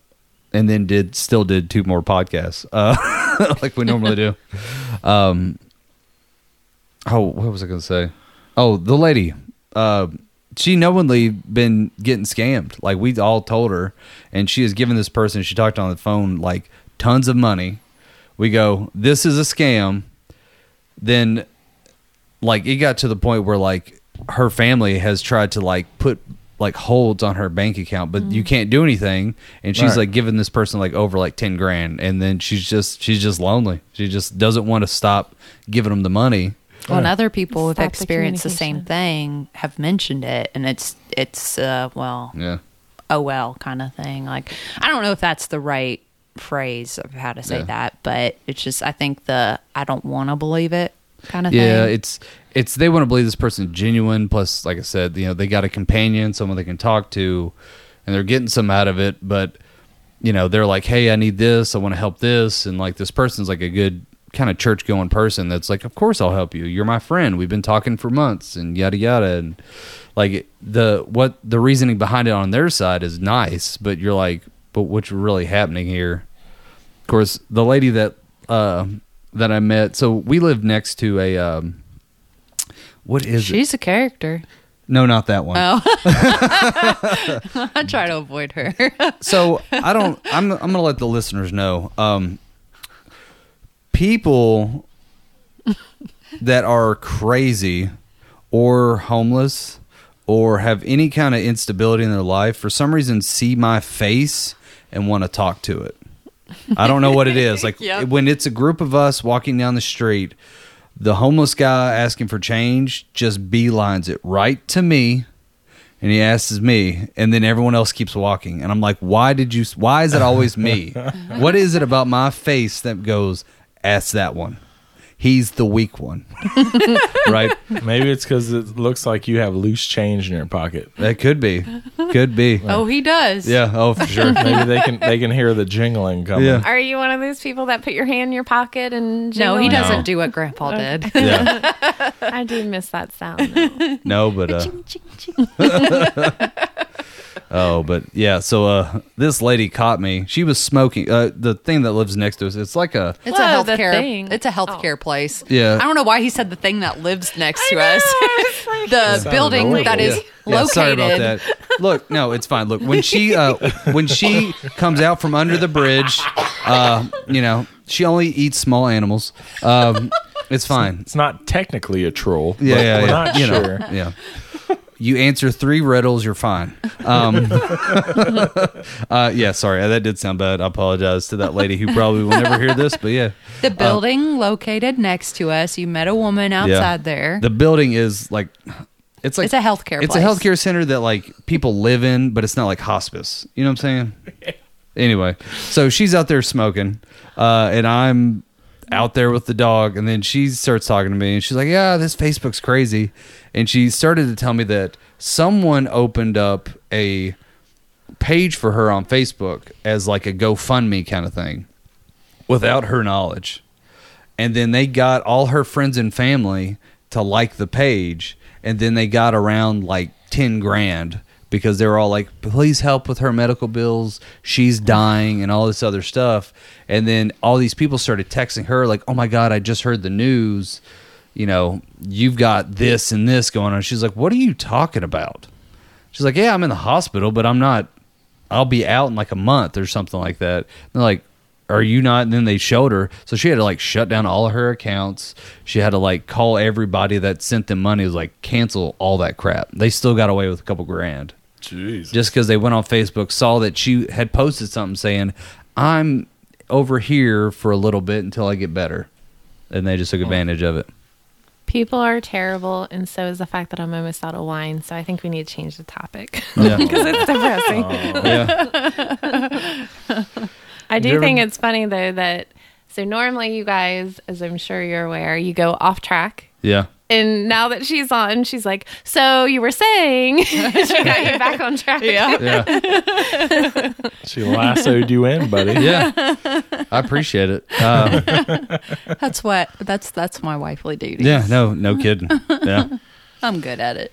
S3: And then did still did two more podcasts. Uh like we normally do. Um Oh, what was I going to say? Oh, the lady. Uh she knowingly been getting scammed. Like we all told her and she has given this person she talked on the phone like tons of money. We go, "This is a scam." Then like it got to the point where like her family has tried to like put like holds on her bank account but you can't do anything and she's
S2: Right.
S3: like giving this person like over like 10 grand and then she's just she's just lonely she just doesn't want to stop giving them the money
S5: Well, and other people who've
S4: Stop the
S5: experienced the, same
S4: communication.
S5: thing have mentioned it, and it's it's uh, well,
S3: yeah
S5: oh well kind of thing. Like I don't know if that's the right phrase of how to say
S3: Yeah.
S5: that, but it's just I think the I don't want to believe it kind of thing.
S3: Yeah, it's it's they want to believe this person's genuine. Plus, like I said, you know, they got a companion, someone they can talk to, and they're getting some out of it. But you know, they're like, hey, I need this, I want to help this, and like this person's like a good kind of church going person that's like, of course I'll help you. You're my friend. We've been talking for months, and yada yada, and like the what the reasoning behind it on their side is nice, but you're like, but what's really happening here? of course, the lady that uh, that I met. So we live next to a. Um, what is it?
S5: She's a character.
S3: No, not that one.
S5: I try to avoid her.
S3: So I don't. I'm. I'm gonna let the listeners know. Um, people that are crazy or homeless or have any kind of instability in their life for some reason see my face and want to talk to it. I don't know what it is. Like
S5: Yep.
S3: when it's a group of us walking down the street, the homeless guy asking for change just beelines it right to me and he asks me and then everyone else keeps walking and i'm like why did you why is it always me what is it about my face that goes ask that one he's the weak one right
S2: Maybe it's because it looks like you have loose change in your pocket.
S3: that could be could be
S5: oh, he does.
S3: yeah oh for sure
S2: Maybe they can they can hear the jingling coming.
S3: Yeah.
S4: Are you one of those people that put your hand in your pocket and
S5: No,
S4: jingle
S5: he
S4: it?
S5: doesn't do what Grandpa did.
S3: yeah
S4: I do miss that sound. though.
S3: no but uh oh but yeah so uh this lady caught me she was smoking uh the thing that lives next to us it's like a
S5: It's
S4: Whoa,
S5: a
S4: the
S5: healthcare.
S4: thing.
S5: It's a healthcare place.
S3: Yeah.
S5: I don't know why he said the thing that lives next to us.
S2: It
S5: the
S2: sounded
S5: building
S2: horrible.
S5: that is
S2: Yeah.
S5: located.
S3: sorry about that. Look, no, it's fine. Look, when she uh, when she comes out from under the bridge, uh, you know, she only eats small animals. Um, it's fine.
S2: It's not technically a troll.
S3: Yeah,
S2: but
S3: yeah,
S2: we're
S3: yeah.
S2: not
S3: you
S2: sure.
S3: Know, yeah. You answer three riddles, you're fine. Um, uh, yeah, sorry, that did sound bad. I apologize to that lady who probably will never hear this, but yeah.
S5: The building located next to us. You met a woman outside there.
S3: The building is like it's like
S5: It's a healthcare
S3: It's
S5: place.
S3: a healthcare center that like people live in, but it's not like hospice. You know what I'm saying? anyway, so she's out there smoking, uh, and I'm out there with the dog, and then she starts talking to me, and she's like, "Yeah, this Facebook's crazy," and she started to tell me that someone opened up a page for her on Facebook as like a GoFundMe kind of thing without her knowledge. And then they got all her friends and family to like the page. And then they got around like 10 grand because they were all like, please help with her medical bills. She's dying and all this other stuff. And then all these people started texting her, like, oh my God, I just heard the news. You know, you've got this and this going on. She's like, what are you talking about? She's like, yeah, I'm in the hospital, but I'm not. I'll be out in like a month or something like that. And they're like, are you not? And then they showed her. So she had to like shut down all of her accounts. She had to like call everybody that sent them money. It was like cancel all that crap. They still got away with a couple grand
S2: Jeez.
S3: just because they went on Facebook, saw that she had posted something saying, "I'm over here for a little bit until I get better," and they just took advantage of it.
S4: People are terrible, and so is the fact that I'm almost out of wine. So I think we need to change the topic
S2: Oh.
S3: Yeah.
S4: because it's depressing.
S3: yeah,
S4: I do
S2: You ever-
S4: think it's funny though that so normally you guys, as I'm sure you're aware, you go off track.
S3: yeah.
S4: And now that she's on, she's like, "So you were saying she got you back on track."
S5: Yeah.
S3: Yeah,
S2: She lassoed you in, buddy.
S3: yeah. I appreciate it. Um,
S5: That's what that's that's my wifely duty.
S3: yeah, no, no kidding. Yeah,
S5: I'm good at it.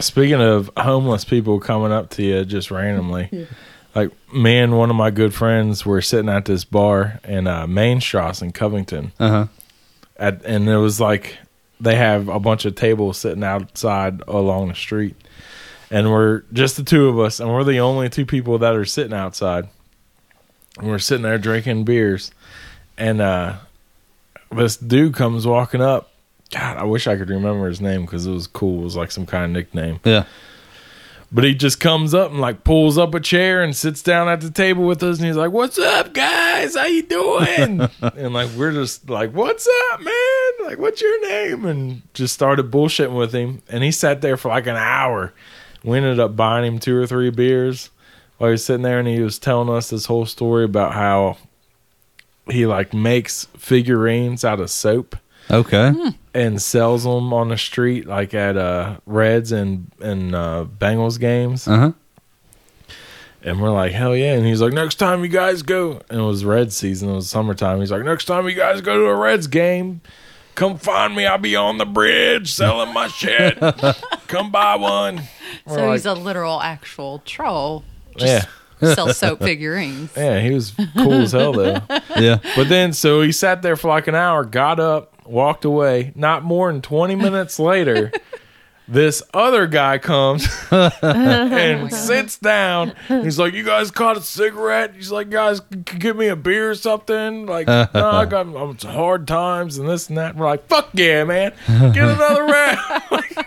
S2: Speaking of homeless people coming up to you just randomly, like me and one of my good friends were sitting at this bar in uh, Mainstrasse in Covington,
S3: uh huh.
S2: at, and it was like they have a bunch of tables sitting outside along the street, and we're just the two of us, and we're the only two people that are sitting outside, and we're sitting there drinking beers, and uh, this dude comes walking up. God, I wish I could remember his name because it was cool. It was like some kind of nickname.
S3: Yeah.
S2: But he just comes up and like pulls up a chair and sits down at the table with us and he's like, "What's up, guys? How you doing?" and like we're just like, "What's up, man? Like, what's your name?" And just started bullshitting with him. And he sat there for like an hour. We ended up buying him two or three beers while he was sitting there, and he was telling us this whole story about how he like makes figurines out of soap
S3: Okay.
S5: Hmm.
S2: and sells them on the street, like at uh, Reds and and uh, Bengals games.
S3: Uh huh.
S2: And we're like, hell yeah. And he's like, next time you guys go, and it was Reds season, it was summertime. He's like, next time you guys go to a Reds game, come find me. I'll be on the bridge selling my shit. come buy one.
S5: So he's a literal, actual troll.
S2: Yeah.
S5: Just sells soap figurines.
S2: Yeah, he was cool as hell, though.
S3: Yeah.
S2: But then, so he sat there for like an hour, got up, walked away. Not more than 20 minutes later, this other guy comes and sits down. He's like, You guys caught a cigarette? He's like, Guys, c- c- give me a beer or something. Like, no, I got I'm, it's hard times and this and that. We're like, Fuck yeah, man. Get another round.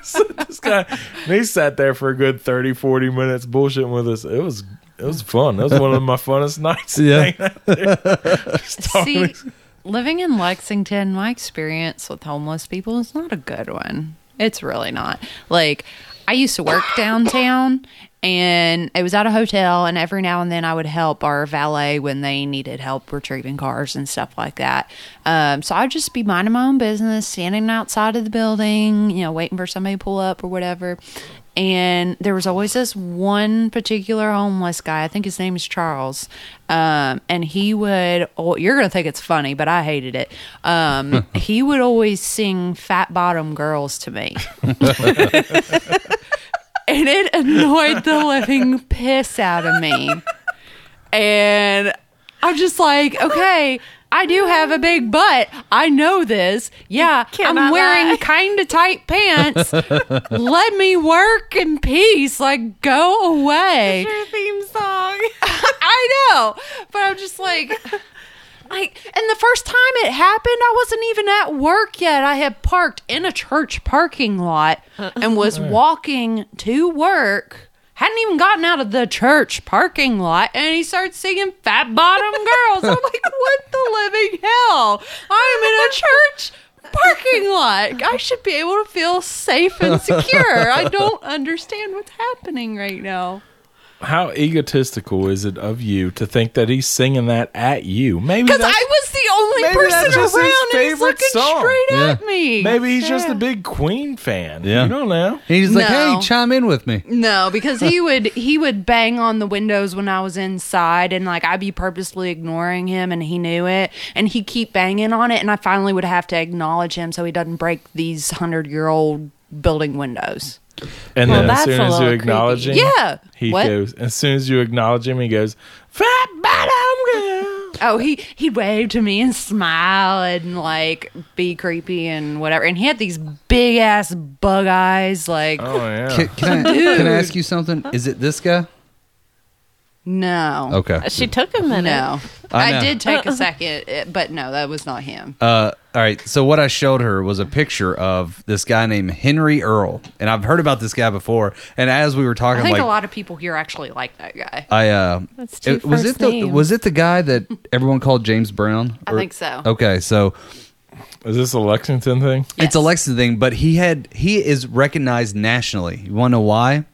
S2: So this guy, and he sat there for a good 30, 40 minutes bullshitting with us. It was. It was fun. That was one of my funnest nights.
S3: Yeah.
S2: hanging out there. Just
S5: See,
S2: talking
S5: living in Lexington, my experience with homeless people is not a good one. It's really not. Like, I used to work downtown and it was at a hotel, and every now and then I would help our valet when they needed help retrieving cars and stuff like that. Um, so I'd just be minding my own business, standing outside of the building, you know, waiting for somebody to pull up or whatever. And there was always this one particular homeless guy. I think his name is Charles. Um, and he would, oh, you're going to think it's funny, but I hated it. Um, he would always sing Fat Bottom Girls to me. and it annoyed the living piss out of me. And I'm just like, okay, I do have a big butt. I know this. Yeah, I'm
S4: cannot
S5: wearing
S4: lie.
S5: kind of tight pants. Let me work in peace. Like, go away.
S4: Your theme song.
S5: I know, but I'm just like, like, and the first time it happened, I wasn't even at work yet. I had parked in a church parking lot and was walking to work. Hadn't even gotten out of the church parking lot, and he starts singing "Fat Bottom Girls." I'm like, what the living hell? I'm in a church parking lot. I should be able to feel safe and secure. I don't understand what's happening right now.
S2: How egotistical is it of you to think that he's singing that at you? Maybe
S5: Because
S2: that's-
S5: I was the only
S2: Maybe that's
S5: person
S2: just his
S5: around and he's
S2: favorite
S5: looking
S2: song.
S5: straight
S3: Yeah.
S5: at me.
S2: maybe he's just a big Queen fan.
S3: Yeah.
S2: you don't know.
S3: He's like,
S5: No.
S3: hey, chime in with me.
S5: No, because he would he would bang on the windows when I was inside and like I'd be purposely ignoring him and he knew it and he'd keep banging on it and I finally would have to acknowledge him so he doesn't break these hundred year old building windows.
S2: And
S4: Well,
S2: then as
S4: that's
S2: soon
S4: a
S2: as you
S4: little
S2: acknowledge
S4: creepy.
S2: him,
S5: Yeah.
S2: he
S5: What?
S2: goes. As soon as you acknowledge him, he goes fat bottom girl.
S5: Oh, he he'd wave to me and smile and like be creepy and whatever. And he had these big ass bug eyes like
S2: Oh yeah,
S3: Can, can I, can I ask you something? Is it this guy?
S5: no.
S3: Okay.
S4: She took a minute.
S5: No,
S3: I
S5: I,
S3: know.
S5: did take a second, eh, but no, that was not him.
S3: Uh, all right. So what I showed her was a picture of this guy named Henry Earl, and I've heard about this guy before. And as we were
S5: I
S3: talking,
S5: think
S3: like,
S5: a lot of people here actually like that guy.
S3: I uh,
S4: That's two
S3: was it
S4: first
S3: the
S4: names.
S3: was it the guy that everyone called James Brown?
S5: I
S3: Or-
S5: think so.
S3: Okay, so
S2: is this a Lexington thing?
S5: Yes.
S3: it's a Lexington thing, but he had he is recognized nationally. You want to know why?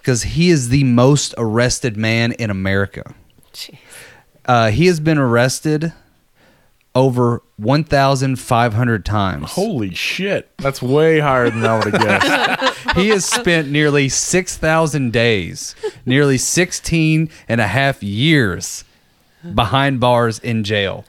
S3: Because he is the most arrested man in America.
S4: Jeez.
S3: Uh, he has been arrested over one thousand five hundred times.
S2: Holy shit, that's way higher than I would have guessed.
S3: he has spent nearly 6,000 days, nearly 16 and a half years behind bars in jail.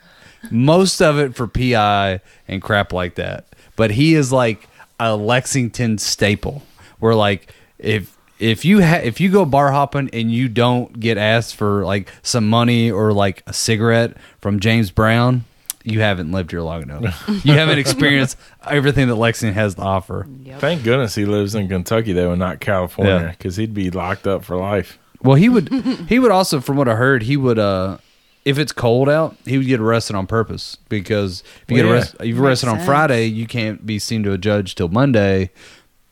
S3: Most of it for PI and crap like that. But he is like a Lexington staple. Where like if if you ha- if you go bar hopping and you don't get asked for like some money or like a cigarette from James Brown, you haven't lived here long enough. you haven't experienced everything that Lexington has to offer.
S2: Thank goodness he lives in Kentucky though, and not California,
S3: Yeah.
S2: because he'd be locked up for life.
S3: Well, he would. he would also, from what I heard, he would. uh If it's cold out, he would get arrested on purpose because if you
S2: Well,
S3: get
S2: yeah.
S3: arrest, if you're arrested on
S5: sense.
S3: Friday, you can't be seen to a judge till Monday.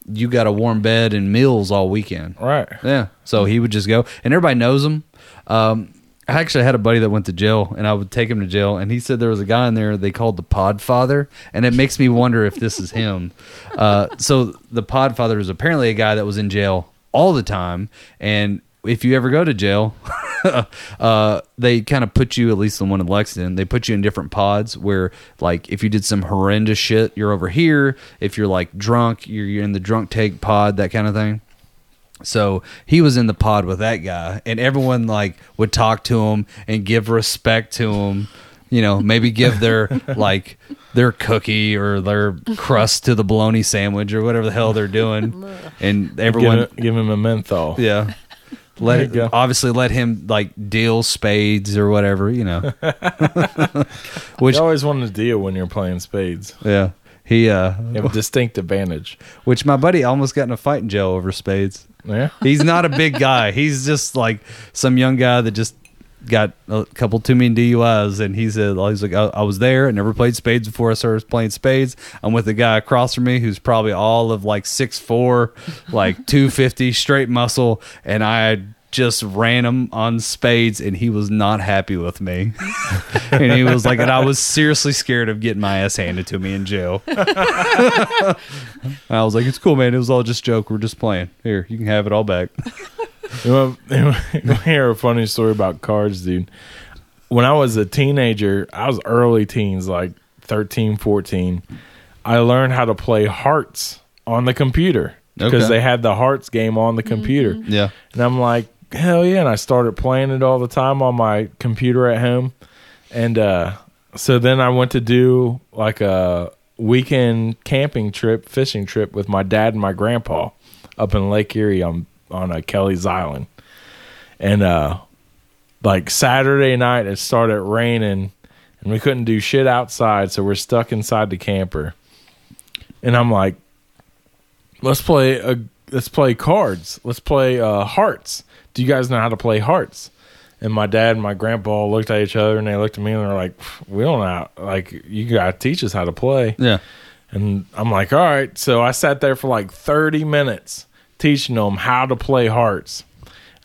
S3: You got a warm bed and meals all weekend.
S2: Right.
S3: Yeah. So he would just go, and everybody knows him. Um, I actually had a buddy that went to jail, and I would take him to jail, and he said there was a guy in there they called the Podfather, and it makes me wonder if this is him. Uh, so the Podfather is apparently a guy that was in jail all the time, and if you ever go to jail, uh, they kind of put you, at least the one in Lexington, they put you in different pods where, like, if you did some horrendous shit, you're over here. If you're like drunk, you're, you're in the drunk take pod, that kind of thing. So he was in the pod with that guy, and everyone like would talk to him and give respect to him. You know, maybe give their like their cookie or their crust to the bologna sandwich or whatever the hell they're doing, and
S2: Give,
S3: everyone,
S2: it- give him a menthol.
S3: yeah,
S2: There
S3: let
S2: you go.
S3: obviously let him like deal spades or whatever. You know, which
S2: You always want to deal when you're playing spades.
S3: yeah, he uh,
S2: You have a distinct advantage.
S3: which my buddy almost got in a fight in jail over spades.
S2: Yeah.
S3: He's not a big guy. He's just like some young guy that just got a couple too many DUIs, and he said, "He's like, I, I was there. I never played spades before. I started playing spades. I'm with a guy across from me who's probably all of like six four, like two fifty, straight muscle, and I." Just ran him on spades, and he was not happy with me. and he was like, and I was seriously scared of getting my ass handed to me in jail. I was like, it's cool, man. It was all just joke. We're just playing. Here, you can have it all back.
S2: You want, you want to hear a funny story about cards, dude? When I was a teenager, I was early teens, like 13, 14. I learned how to play hearts on the computer because
S3: Okay.
S2: they had the hearts game on the computer.
S3: Yeah.
S2: And I'm like, hell yeah. And I started playing it all the time on my computer at home. And uh, so then I went to do like a weekend camping trip, fishing trip with my dad and my grandpa up in Lake Erie on, on uh, Kelly's Island. And uh, like Saturday night, it started raining and we couldn't do shit outside. So we're stuck inside the camper. And I'm like, let's play a let's play cards. Let's play uh, hearts. Do you guys know how to play hearts? And my dad and my grandpa looked at each other and they looked at me and they're like, "We don't know. Like you gotta teach us how to play."
S3: Yeah.
S2: And I'm like, all right. So I sat there for like 30 minutes teaching them how to play hearts.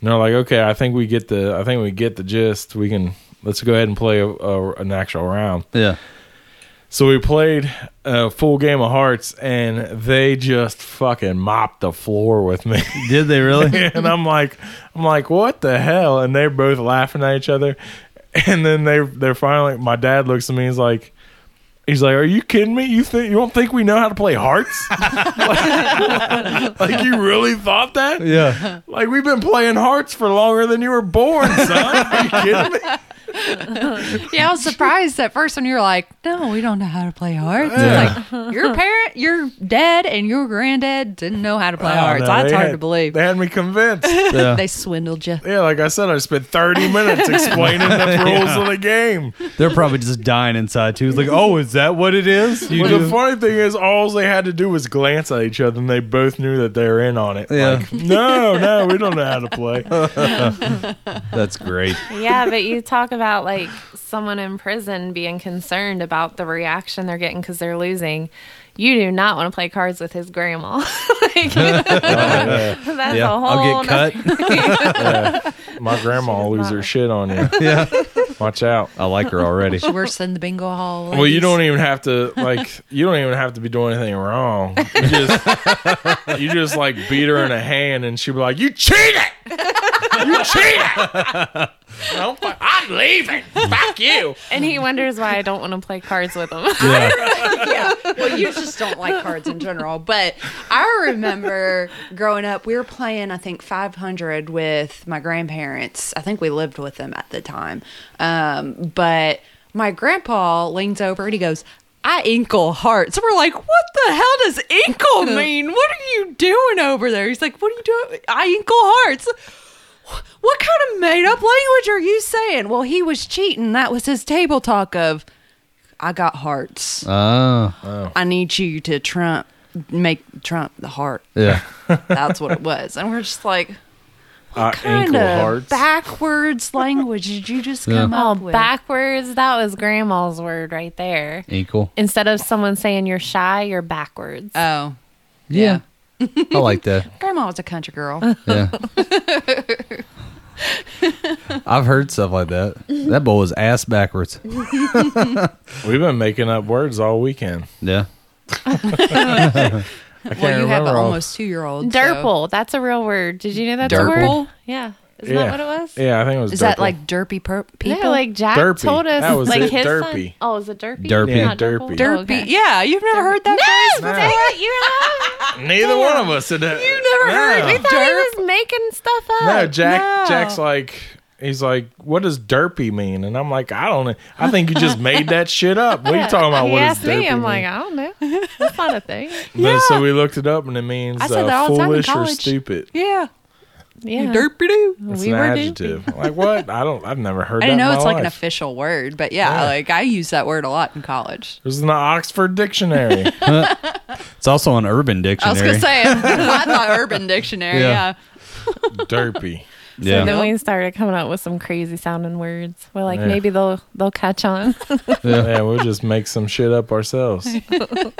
S2: And they're like, okay, I think we get the, I think we get the gist. We can, let's go ahead and play a, a, an actual round.
S3: Yeah.
S2: So we played a full game of hearts and they just fucking mopped the floor with me.
S3: Did they really?
S2: and I'm like, I'm like, what the hell? And they're both laughing at each other. And then they they're finally. My dad looks at me. He's like, he's like, are you kidding me? You think you don't think we know how to play hearts? like, like, you really thought that?
S3: yeah.
S2: Like we've been playing hearts for longer than you were born, son. Are you kidding me?
S5: Yeah, I was surprised at first when you were like, "No, we don't know how to play hearts." It's like your parent, your dad, and your granddad didn't know how to play hearts.
S2: Oh, no,
S5: That's
S2: they
S5: hard
S2: had-
S5: to believe.
S2: They had me convinced.
S3: Yeah.
S5: They swindled you.
S2: yeah, like I said, I spent 30 minutes explaining the rules of the game.
S3: They're probably just dying inside too. It's like, oh, is that what it is? You
S2: Well, the
S3: do-
S2: funny thing is, all they had to do was glance at each other, and they both knew that they were in on it.
S3: Yeah.
S2: Like,
S3: Oh,
S2: no, no, we don't know how to play.
S3: That's great.
S4: yeah, but you talk about like someone in prison being concerned about the reaction they're getting because they're losing. You do not want to play cards with his grandma. like,
S2: Oh,
S4: that's a
S3: yeah.
S4: whole.
S3: I'll get
S4: nother-
S3: cut.
S2: My grandma will lose her shit on you.
S3: yeah.
S2: Watch out.
S3: I like her already.
S5: Worse than the bingo hall.
S2: Well, you don't even have to like. You don't even have to be doing anything wrong. You just, you just like beat her in a hand, and she'll be like, "You cheated! You cheated! I'm, fu- I'm leaving. Fuck you."
S4: And he wonders why I don't want to play cards with him.
S3: Yeah.
S5: yeah. Well, you just don't like cards in general. But I remember growing up, we were playing, I think, 500 with my grandparents. I think we lived with them at the time. Um, but my grandpa leans over and he goes, I inkle hearts. We're like, what the hell does inkle mean? What are you doing over there? He's like, what are you doing? I inkle hearts. What kind of made up language are you saying? Well, he was cheating. That was his table talk of, I got hearts.
S3: Oh.
S5: I need you to Trump make Trump the heart.
S3: yeah.
S5: That's what it was. And we're just like
S2: Uh,
S5: kind of backwards language did you just come
S4: Oh,
S5: up with?
S4: backwards. That was grandma's word right there.
S3: Equal.
S4: Instead of someone saying you're shy, you're backwards.
S5: oh.
S3: Yeah. I like that.
S5: Grandma was a country girl.
S3: Yeah. I've heard stuff like that. That boy was ass backwards.
S2: We've been making up words all weekend.
S3: Yeah.
S2: I can't
S5: well, you have
S2: remember
S5: an
S2: all-
S5: almost two year old.
S4: Derple. That's a real word. Did you know that's a
S3: Derple?
S4: word? Yeah. Isn't
S2: yeah.
S4: that what it was?
S2: Yeah, I think it was.
S5: Is that
S2: Durple.
S5: like derpy
S4: No,
S5: perp people?
S4: like Jack
S2: Derpy.
S4: told us,
S2: That was
S4: like
S2: it,
S4: his
S2: Derpy.
S4: son. Oh, is it Derpy?
S3: Derpy.
S2: Yeah,
S4: Not Durple?
S2: Derpy.
S5: derpy.
S4: Oh, okay.
S5: Yeah, you've never heard that
S4: No,
S2: No.
S4: dang it, you have.
S2: neither one of us had? You
S5: never heard
S4: We thought he was making stuff up.
S2: No, Jack.
S5: No.
S2: Jack's like, he's like, what does derpy mean? And I'm like, I don't know. I think you just made that shit up. What are you talking about?
S4: He
S2: What does
S4: asked
S2: derpy
S4: me. I'm
S2: mean?
S4: like, I don't know. That's not a thing.
S2: And then So we looked it up, and it means
S5: I said that
S2: uh,
S5: all the time in
S2: foolish or
S5: college.
S2: stupid.
S5: Yeah.
S4: Yeah,
S5: Derpy doo.
S2: It's
S4: We
S2: an
S4: were
S2: adjective. I'm like what? I don't. I've never heard. that
S5: I didn't
S2: in
S5: know
S2: my
S5: it's like an
S2: life.
S5: official word, but yeah,
S2: Yeah.
S5: like I use that word a lot in college.
S2: It was in the Oxford Dictionary.
S3: It's also on Urban
S5: I was
S3: Dictionary.
S5: gonna say I thought Urban Dictionary.
S3: Yeah.
S5: Yeah.
S2: derpy.
S4: And
S3: yeah,
S4: then we started coming up with some crazy sounding words. We're like,
S2: Yeah.
S4: maybe they'll they'll catch on
S2: Yeah, we'll just make some shit up ourselves.
S4: because he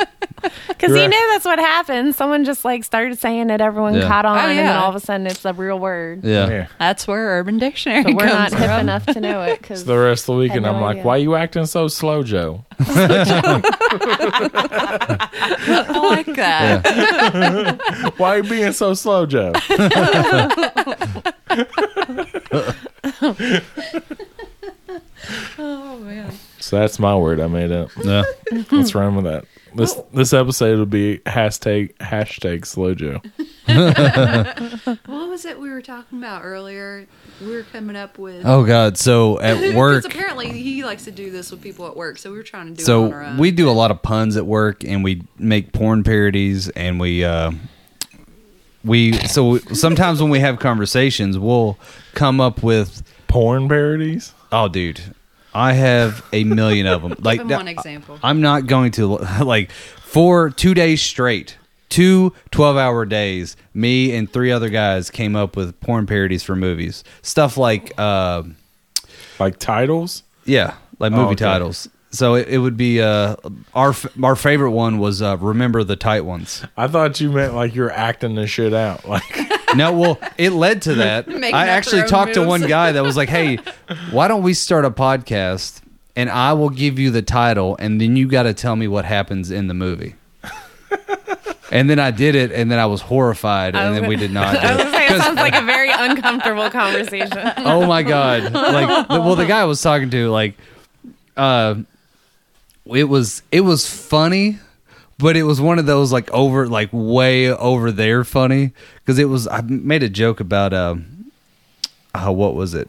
S2: Right.
S4: knew that's what happened. Someone just like started saying it. Everyone
S3: Yeah.
S4: caught on,
S5: Oh,
S4: and then
S5: yeah.
S4: all of a sudden it's a real word.
S3: yeah.
S2: Yeah.
S5: That's where Urban Dictionary
S4: But we're not
S5: comes
S4: hip enough to know it because
S2: The rest of the weekend,
S4: Had no
S2: I'm like,
S4: idea.
S2: why you acting so slow, Joe?
S5: from. I like that.
S2: Why you being so slow, Joe?
S5: Oh man.
S2: So that's my word I made up.
S3: yeah.
S2: What's wrong with that? This this episode will be hashtag hashtag slow Joe.
S5: What was it we were talking about earlier? We were coming up with
S3: Oh God. So at work,
S5: apparently he likes to do this with people at work, so we were trying to do it on our
S3: so
S5: own.
S3: we do a lot of puns at work, and we make porn parodies, and we uh, we so sometimes when we have conversations, we'll come up with
S2: Porn parodies?
S3: Oh, dude, I have a million of them. like
S5: him
S3: that-
S5: one example.
S3: I'm not going to like for two days straight, two 12 hour days. Me and three other guys came up with porn parodies for movies. Stuff like, uh,
S2: Like titles?
S3: yeah, like movie
S2: okay.
S3: titles. So it, it would be uh, our f- our favorite one was uh, remember the tight ones.
S2: I thought you meant like you're acting the shit out. Like
S3: No, well, it led to that.
S5: Making
S3: I
S5: up
S3: actually
S5: their own
S3: talked to
S5: moves.
S3: one guy that was like, "Hey, why don't we start a podcast and I will give you the title and then you got to tell me what happens in the movie." and then I did it and then I was horrified and then we did not do
S4: I was
S3: it.
S4: gonna say, it sounds like a very uncomfortable conversation.
S3: Oh my god. Like the, well the guy I was talking to like uh it was it was funny but it was one of those like over like way over there funny because it was i made a joke about um uh, what was it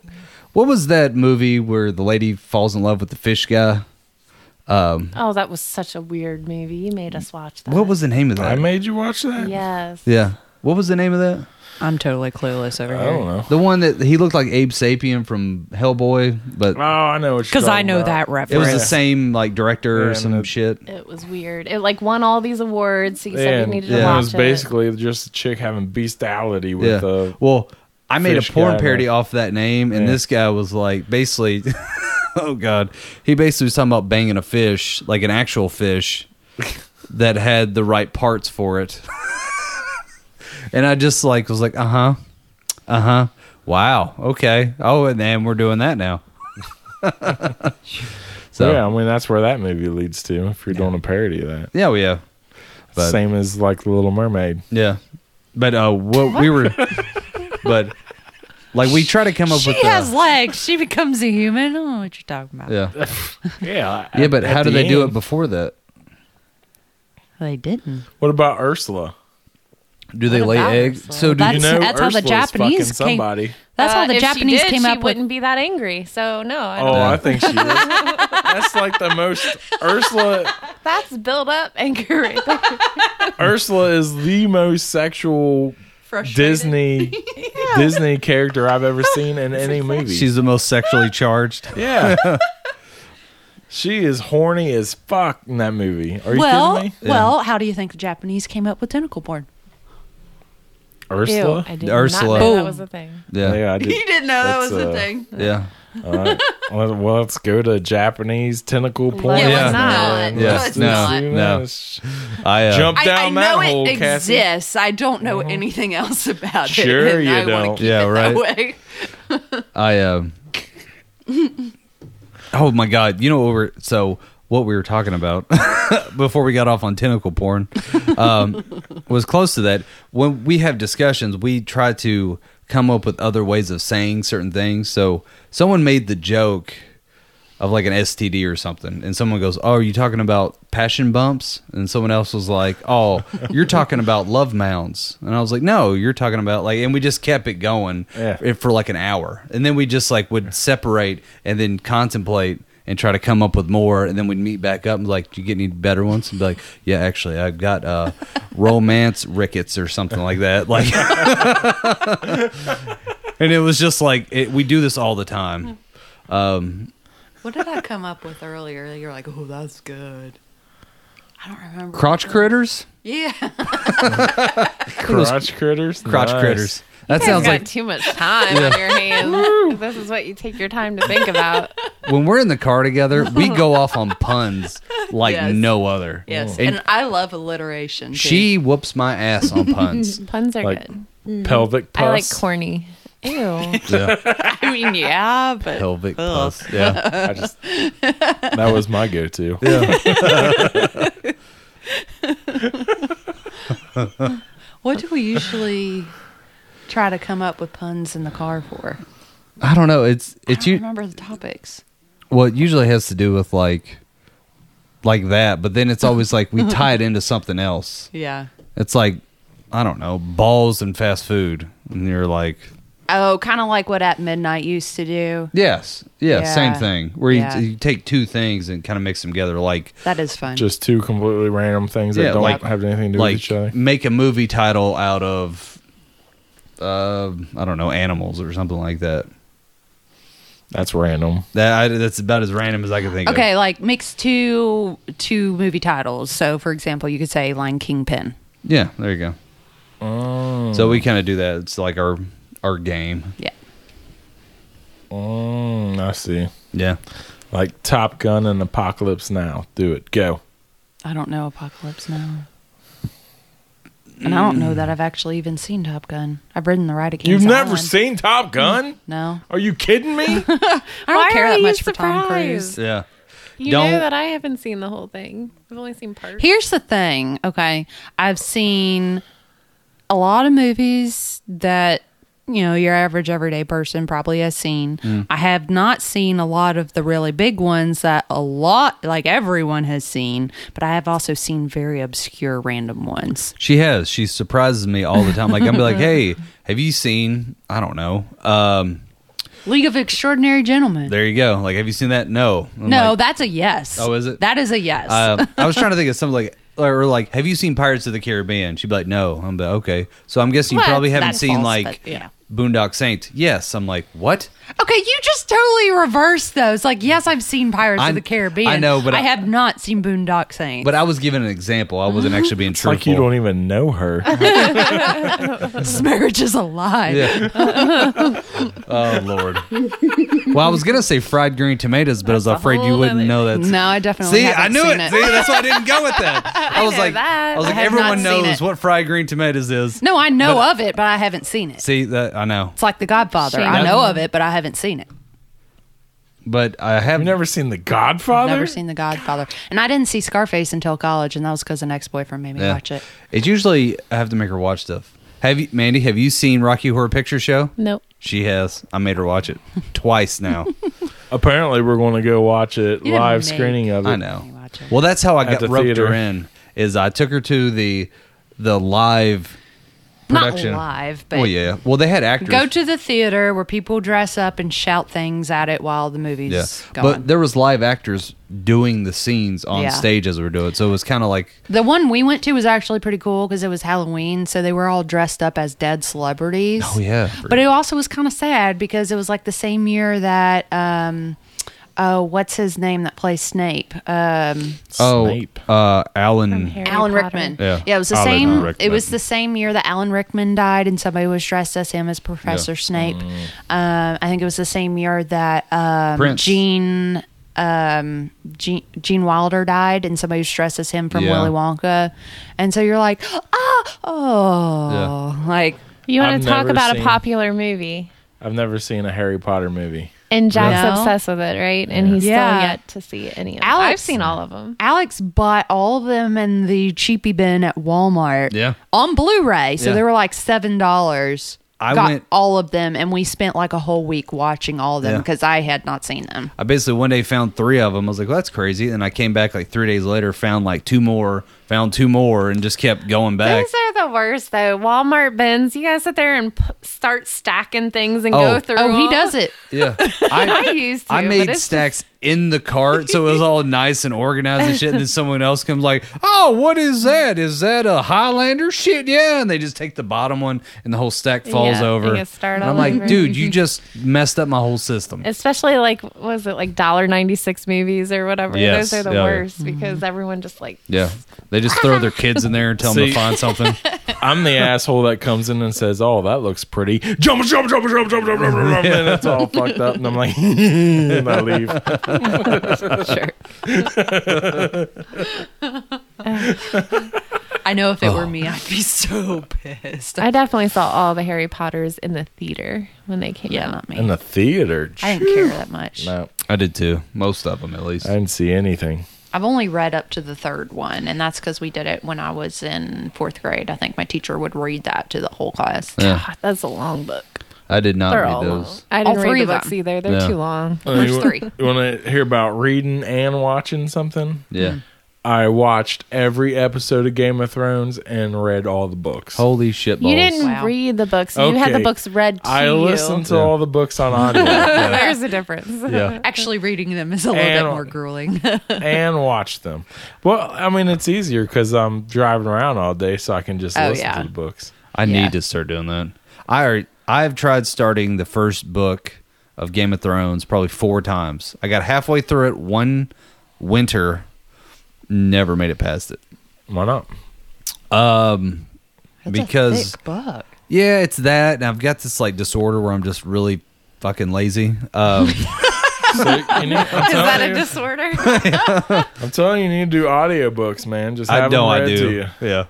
S3: what was that movie where the lady falls in love with the fish guy
S4: Oh, that was such a weird movie. You made us watch that.
S3: what was the name of that
S2: I made you watch that?
S4: Yes.
S3: yeah what was the name of that
S5: I'm totally clueless over
S2: I don't know.
S3: the one that he looked like abe sapien from hellboy but
S2: Oh, I know what
S5: Because I know that
S3: it was
S5: reference.
S3: the same like director
S2: Yeah,
S3: or some
S2: and it-
S3: shit
S4: It was weird. It like won all these awards, so you said
S2: Yeah,
S4: we
S2: and
S4: needed
S2: and
S4: to
S2: it
S4: watch
S2: was basically just a chick having bestiality with uh,
S3: well, I made a
S2: fish
S3: porn
S2: guy,
S3: parody
S2: like-
S3: off that name, and
S2: Yeah.
S3: this guy was like, basically, oh god, he basically was talking about banging a fish, like an actual fish that had the right parts for it. and I just like was like, uh huh, uh huh, wow, okay, oh, and then we're doing that now. so
S2: Yeah,
S3: yeah,
S2: I mean that's where that movie leads to if you're doing a parody of that.
S3: yeah, well, yeah, But-
S2: Same as like The Little Mermaid.
S3: yeah. But uh, what, we were, but like we try to come up with.
S5: she
S3: uh,
S5: has legs. She becomes a human. I don't know what you're talking about.
S3: yeah.
S2: Yeah.
S3: Yeah, but how do they do it before that?
S5: They didn't.
S2: What about Ursula?
S3: Do they
S4: What
S3: lay
S4: about
S3: eggs?
S4: Ursula?
S3: So do
S5: That's-
S3: you,
S2: you know,
S5: that's how the
S2: Ursula's
S5: Japanese
S2: fucking
S5: came-
S2: somebody.
S5: That's how
S4: Uh,
S5: the
S4: if she
S5: Japanese
S4: did,
S5: came
S4: she
S5: up with.
S4: wouldn't be that angry. So no, I
S2: Oh,
S4: don't.
S2: I think she is. That's like the most Ursula.
S4: that's built up anger. right there.
S2: Ursula is the most sexual Disney Disney character I've ever seen in any movie.
S3: she's the most sexually charged?
S2: yeah. she is horny as fuck in that movie. Are you
S5: Well,
S2: kidding me?
S5: well, how do you think the Japanese came up with tentacle porn?
S2: Ursula.
S4: Ew, I did
S3: Ursula.
S4: Not know
S5: Boom.
S4: that was a thing.
S3: Yeah, yeah.
S2: Yeah, I did.
S5: didn't know
S2: that That's, was a uh, thing. Well, well, let's go to Japanese tentacle porn.
S4: Let's
S3: Yeah.
S4: not.
S2: And
S3: Yeah.
S2: let's
S3: No,
S2: just do
S3: no.
S2: this.
S3: I uh,
S2: Jump
S5: I, I
S2: down that
S5: know
S2: hole,
S5: it
S2: Cassie.
S5: exists. I don't know anything else about it.
S2: Sure
S5: and
S2: you
S5: I wanna
S2: don't.
S5: Keep
S3: Yeah,
S5: it
S3: right.
S5: That way.
S3: I um. oh my god! You know what we're so what we were talking about before we got off on tentacle porn um, was close to that. When we have discussions, we try to come up with other ways of saying certain things. So someone made the joke of like an STD or something, and someone goes, "Oh, are you talking about passion bumps?" And someone else was like, "Oh, you're talking about love mounds." And I was like, "No, you're talking about like." And we just kept it going
S2: Yeah.
S3: it- for like an hour, and then we just like would separate and then contemplate and try to come up with more, and then we'd meet back up and be like, "Do you get any better ones?" And be like, "Yeah, actually, I've got uh, romance rickets or something like that." Like, and it was just like it, we do this all the time.
S6: What did I come up with earlier? You're like, oh, that's good. I don't remember.
S3: Crotch critters.
S6: Yeah.
S3: Oh.
S2: Crotch critters.
S3: crotch
S2: Nice.
S3: critters. That sounds
S4: got
S3: like
S4: too much time on your hands. this is what you take your time to think about.
S3: when we're in the car together, we go off on puns like
S6: Yes.
S3: no other.
S6: Yes.
S3: And,
S6: And, I love alliteration. Too.
S3: she whoops my ass on puns.
S4: Puns are
S2: Like
S4: good.
S2: pelvic pus.
S4: I like corny. Ew.
S3: yeah.
S6: I mean, yeah, but
S3: Pelvic pus. Yeah.
S2: I just that was my go-to.
S6: what do we usually try to come up with puns in the car for?
S3: I don't know. It's
S6: I
S3: it's
S6: don't
S3: you
S6: remember the topics.
S3: well, it usually has to do with like like that, but then it's always like we tie it into something else.
S6: Yeah.
S3: It's like I don't know, balls and fast food. And you're like,
S6: Oh, kind of like what At Midnight used to do.
S3: yes, yeah, same
S6: Yeah.
S3: thing. Where you,
S6: Yeah.
S3: you take two things and kind of mix them together, like
S6: That is fun.
S2: Just two completely random things that
S3: Yeah,
S2: don't
S3: like-
S2: have anything to do
S3: like
S2: with each other.
S3: make a movie title out of uh, I don't know animals or something like that.
S2: That's random.
S3: That I, that's about as random as I can think of.
S6: okay, like mix two two movie titles. So, for example, you could say Lion Kingpin.
S3: Yeah, there you go. So we kind of do that. It's like our our game.
S6: Yeah.
S2: Mm, I see.
S3: Yeah.
S2: Like Top Gun and Apocalypse Now. Do it. Go.
S6: I don't know Apocalypse Now. And I don't know that I've actually even seen Top Gun. I've ridden the ride of Kings
S2: You've never
S6: Island.
S2: seen Top Gun?
S6: No,
S2: Are you kidding me?
S6: I don't
S4: Why
S6: care
S4: are
S6: that
S4: you
S6: much for Tom
S4: surprised?
S6: Cruise.
S3: Yeah.
S4: You
S3: Don't-
S4: know that I haven't seen the whole thing. I've only seen parts.
S6: Here's the thing, okay? I've seen a lot of movies that you know your average everyday person probably has seen.
S5: Mm.
S6: I have not seen a lot of the really big ones that a lot like everyone has seen, but I have also seen very obscure random ones.
S3: She has. She surprises me all the time. Like I'm like, hey, have you seen? I don't know. Um,
S6: League of Extraordinary Gentlemen.
S3: there you go. Like, have you seen that? No. I'm
S6: no,
S3: like,
S6: that's a yes.
S3: Oh, is it?
S6: That is a yes.
S3: Um, I was trying to think of something like, or like, have you seen Pirates of the Caribbean? She'd be like, no. I'm like, okay. So I'm guessing you
S6: Well,
S3: probably haven't
S6: that's
S3: seen
S6: false,
S3: like
S6: but yeah.
S3: Boondock Saints. Yes. I'm like, what?
S6: Okay, you just totally reversed those. Like, yes, I've seen Pirates
S3: I'm-
S6: of the Caribbean.
S3: I know, but
S6: I,
S3: I-
S6: have not seen Boondock Saints.
S3: But I was giving an example. I wasn't actually being
S2: it's like you
S3: truthful.
S2: don't even know her.
S6: this marriage is a lie.
S3: oh Lord. well, I was gonna say fried green tomatoes, but I was afraid you
S4: whole
S3: wouldn't
S4: other-
S3: know that.
S6: No, I definitely
S3: See,
S6: haven't
S3: I knew
S6: seen
S3: it. See, that's why I didn't go with that. I, was
S4: know
S3: like,
S4: that.
S3: I was
S4: I
S3: like,
S6: have not
S3: everyone
S6: seen
S3: knows
S6: it.
S3: what fried green tomatoes is.
S6: No, I know of it, but I haven't seen it.
S3: See that I know,
S6: It's like The Godfather.
S4: Shame.
S6: I know of it, but I haven't seen it.
S3: but I have
S2: You've never seen The Godfather?
S6: Never seen The Godfather, and I didn't see Scarface until college, and that was because an ex-boyfriend made me
S3: Yeah.
S6: watch it.
S3: It's usually I have to make her watch stuff. Have you, Mandy? Have you seen Rocky Horror Picture Show?
S4: Nope.
S3: She has. I made her watch it twice now.
S2: Apparently, we're going to go watch it
S6: You didn't
S2: live
S6: make-
S2: screening of it.
S3: I know.
S6: watch it.
S3: Well, that's how I got
S2: the
S3: roped her
S2: theater.
S3: in. Is I took her to the the live production.
S6: Not live, but
S3: well, yeah. Well, they had actors.
S6: go to the theater where people dress up and shout things at it while the movie's
S3: yeah,
S6: going.
S3: but there was live actors doing the scenes on
S6: Yeah.
S3: stage as we were doing. it. So it was kind of like
S6: The one we went to was actually pretty cool because it was Halloween, so they were all dressed up as dead celebrities.
S3: Oh, yeah.
S6: But it also was kind of sad because it was like the same year that um oh, what's his name that plays Snape? Um
S3: oh,
S2: Snape.
S3: uh,
S2: Mm.
S4: From
S3: Alan.
S4: Harry
S6: Alan
S4: Potter.
S6: Rickman.
S3: Yeah.
S6: it was the
S3: Alan
S6: same
S3: Rickman.
S6: it was the same year that Alan Rickman died and somebody was dressed as him as Professor
S3: Mm.
S6: Snape. Um I think it was the same year that um
S3: Prince.
S6: Gene um Gene, Gene Wilder died and somebody was dressed as him from
S3: Yeah.
S6: Willy Wonka. And so you're like, "Ah, oh." Like
S4: You want
S2: I've
S4: to talk
S2: never
S4: about a
S2: seen-
S4: popular movie?
S2: I've never seen a Harry Potter movie.
S4: And Jack's
S6: No.
S4: obsessed with it, right? And he's
S6: Yeah.
S4: still yet to see any of them.
S6: Alex-
S4: I've seen all of them.
S6: Alex bought all of them in the cheapy bin at Walmart.
S3: Yeah.
S6: On Blu-ray, so
S3: Yeah.
S6: they were like seven dollars.
S3: I
S5: got
S3: went-
S5: all of them, and we spent like a whole week watching all of them
S3: Yeah.
S5: because I had not seen them.
S3: I basically one day found three of them. I was like, well, that's crazy. And I came back like three days later, found like two more, found two more, and just kept going back.
S4: Those are the worst though. Walmart bins. You guys sit there and p- start stacking things and
S3: Oh.
S4: go through.
S5: Oh, he
S4: them.
S5: does it.
S3: Yeah.
S4: I used to.
S3: I
S4: but
S3: made
S4: it's
S3: stacks in the cart, so it was all nice and organized and shit. And then someone else comes like, "Oh, what is that? Is that a Highlander?" Shit, yeah. And they just take the bottom one, and the whole stack falls
S4: Yeah,
S3: over.
S4: you get started
S3: And I'm
S4: all
S3: like,
S4: over.
S3: dude, you just messed up my whole system.
S4: especially like what was it like dollar ninety six movies or whatever.
S3: Yes,
S4: Those are the
S3: yeah.
S4: worst because everyone just like
S3: yeah, they just throw their kids in there and tell them
S2: See-
S3: to find something.
S2: I'm the asshole that comes in and says, "Oh, that looks pretty." Jump, jump, jump, jump, jump, jump, jump, jump, jump, and it's all fucked up. And I'm like, and I leave.
S5: I know if it
S3: Oh.
S5: were me, I'd be so pissed.
S4: I definitely saw all the Harry Potters in the theater when they came
S5: yeah,
S4: out.
S5: not me.
S2: In the theater,
S5: I didn't care that much.
S2: no,
S3: I did too, most of them at least.
S2: I didn't see anything.
S5: I've only read up to the third one, and that's because we did it when I was in fourth grade. I think my teacher would read that to the whole class.
S3: yeah,
S4: God, that's a long book.
S3: I did not
S4: They're
S3: read
S4: all long.
S3: those.
S4: I
S5: All
S4: didn't
S5: three
S4: read the
S5: of
S4: books
S5: them.
S4: either. They're
S3: Yeah.
S4: too long.
S5: There's
S2: you,
S5: three.
S2: want to hear about reading and watching something?
S4: Hmm.
S3: Yeah.
S2: I watched every episode of Game of Thrones and read all the books.
S3: Holy shit balls.
S4: You didn't
S5: Wow.
S4: read the books. You had the
S2: Okay.
S4: books read to
S2: I
S4: you.
S2: listened to
S3: Yeah.
S2: all the books on audio
S4: There's a difference.
S3: Yeah.
S5: Actually, reading them is a little
S2: And-
S5: bit more grueling.
S2: and watched them. Well, I mean, it's easier because I'm driving around all day, so I can just
S5: Oh,
S2: listen
S5: yeah.
S2: to the books.
S3: I
S5: Yeah.
S3: need to start doing that. I already- I've tried starting the first book of Game of Thrones probably four times. I got halfway through it one winter, never made it past it.
S2: Why not?
S3: because
S5: book.
S3: yeah, it's that, and I've got this like disorder where I'm just really fucking lazy. Um,
S2: So, you need, I'm,
S4: Is that a
S2: telling you,
S4: disorder?
S2: I'm telling you, you need to do audiobooks, man. Just have
S3: I don't.
S2: them read
S3: I
S2: to
S3: do.
S2: you.
S3: Yeah.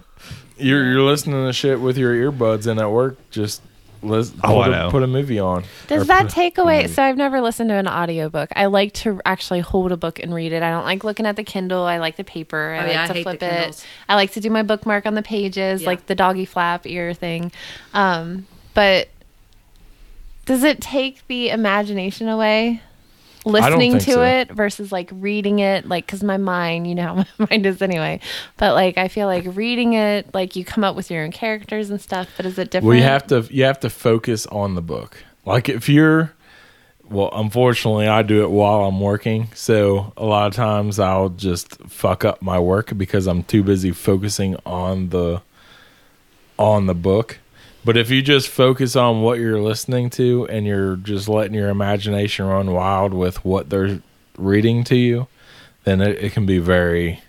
S2: You're, you're listening to shit with your earbuds, and at work, just listen,
S3: Oh, I
S2: put, a,
S3: know.
S2: put a movie on.
S4: Does that take away? So I've never listened to an audiobook. I like to actually hold a book and read it. I don't like looking at the Kindle. I like the paper. I
S5: Oh,
S4: like
S5: yeah, I
S4: to
S5: hate the
S4: flip
S5: Kindles.
S4: it. I like to do my bookmark on the pages,
S5: Yeah.
S4: like the doggy flap ear thing. Um, but does it take the imagination away? Listening
S2: think
S4: to
S2: so.
S4: it versus like reading it, like because my mind, you know, how my mind is anyway. But like, I feel like reading it, like you come up with your own characters and stuff. But is it different?
S2: We have to. You have to focus on the book. Like if you're, well, unfortunately, I do it while I'm working. So a lot of times I'll just fuck up my work because I'm too busy focusing on the, on the book. But if you just focus on what you're listening to and you're just letting your imagination run wild with what they're reading to you, then it, it can be very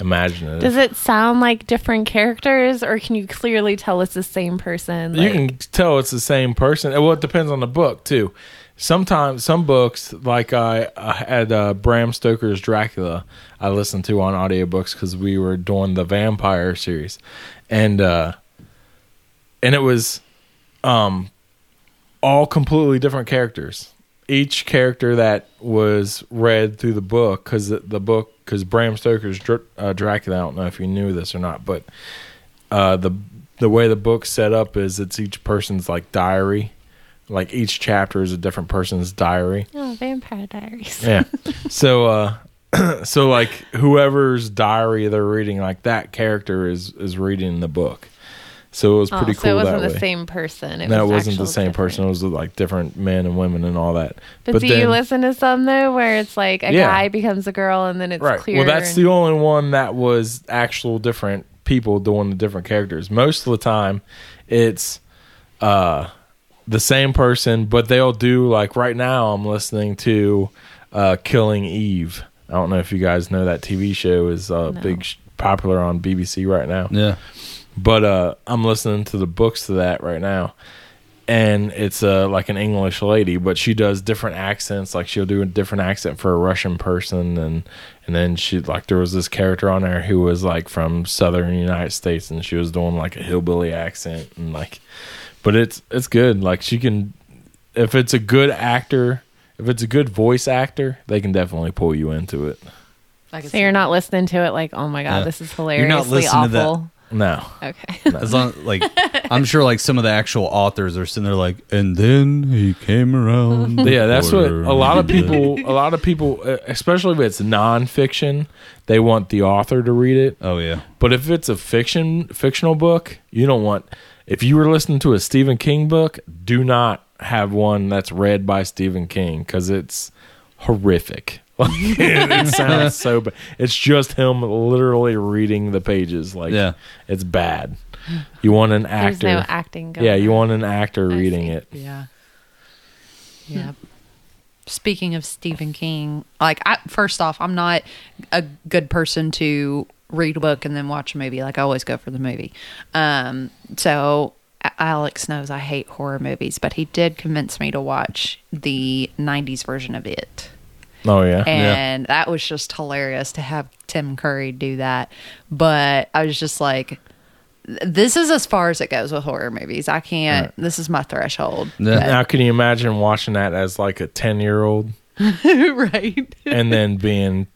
S2: imaginative.
S4: Does it sound like different characters, or can you clearly tell it's the same person?
S2: you
S4: Like,
S2: can tell it's the same person. Well, it depends on the book too. Sometimes some books, like I, I had uh, Bram Stoker's Dracula, I listened to on audiobooks because we were doing the vampire series, and uh, and it was um, all completely different characters. Each character that was read through the book, because the, the book, because Bram Stoker's Dr- uh, Dracula. I don't know if you knew this or not, but uh, the the way the book's set up is it's each person's like diary. Like each chapter is a different person's diary.
S4: oh, Vampire Diaries.
S2: Yeah. so uh so like whoever's diary they're reading, like that character is is reading the book. So it was pretty
S4: oh,
S2: cool
S4: So it wasn't
S2: that
S4: the
S2: way.
S4: same person. It
S2: no, it
S4: was
S2: wasn't
S4: actual
S2: the same person. It
S4: different-
S2: was like different men and women and all that.
S4: But, do you listen to some though, where it's like a
S2: Yeah.
S4: guy becomes a girl, and then it's
S2: right.
S4: clear?
S2: Well, that's
S4: and-
S2: the only one that was actual different people doing the different characters. Most of the time, it's uh, the same person, but they'll do like right now. I'm listening to uh, Killing Eve. I don't know if you guys know that TV show is uh, big sh- popular on BBC right now
S3: Yeah.
S2: but uh i'm listening to the books to that right now and it's uh like an english lady but she does different accents like she'll do a different accent for a russian person and and then she like there was this character on there who was like from southern united states and she was doing like a hillbilly accent and like but it's it's good like she can if it's a good actor if it's a good voice actor they can definitely pull you into it
S5: Like
S4: So you're not listening to it like, oh my god,
S3: Yeah.
S4: this is
S3: You're
S4: hilariously
S3: not listening
S4: awful.
S3: to that.
S2: No.
S4: Okay.
S3: As long like I'm sure like some of the actual authors are sitting there like, and then he came around. the
S2: Yeah, that's what
S3: corner
S2: a lot of
S3: and did
S2: people. A lot of people, uh, especially if it's nonfiction, they want the author to read it. Uh,
S3: Oh yeah.
S2: But if it's a fiction fictional book, you don't want. If you were listening to a Stephen King book, do not have one that's read by Stephen King because it's horrific. it sounds so bad. It's just him literally reading the pages. Like,
S3: Yeah.
S2: it's bad. You want an
S4: There's
S2: actor.
S4: no acting going
S2: yeah, you want an actor reading
S4: see.
S2: it.
S5: Yeah. Yeah. Speaking of Stephen King, like I first off, I'm not a good person to read a book and then watch a movie. Like I always go for the movie. Um, so A- Alex knows I hate horror movies, but he did convince me to watch the 90s version of it.
S2: Oh yeah.
S5: And that was just hilarious to have Tim Curry do that. But I was just like, this is as far as it goes with horror movies. I can't, this is my threshold.
S3: Yeah.
S2: Now, can you imagine watching that as like a ten-year-old,
S5: right.
S2: and then being,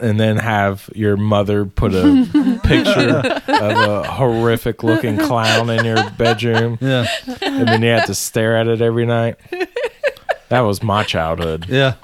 S2: and then have your mother put a picture of a horrific-looking clown in your bedroom,
S3: Yeah.
S2: and then you have to stare at it every night? That was my childhood.
S3: Yeah.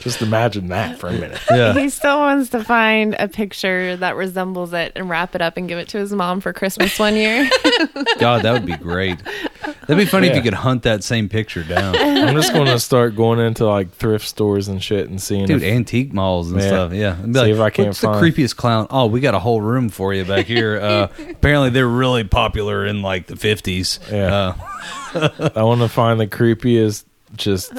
S2: Just imagine that for a minute.
S3: Yeah.
S4: He still wants to find a picture that resembles it and wrap it up and give it to his mom for Christmas one year.
S3: God, that would be great. That'd be funny if
S2: Yeah.
S3: you could hunt that same picture down.
S2: I'm just going to start going into like thrift stores and shit and seeing.
S3: Dude,
S2: if,
S3: antique malls and
S2: Yeah.
S3: stuff. Yeah. And be
S2: See if I can't
S3: What's
S2: find-"
S3: the creepiest clown? Oh, we got a whole room for you back here. Uh, apparently, they're really popular in like the fifties.
S2: Yeah.
S3: Uh,
S2: I want to find the creepiest, just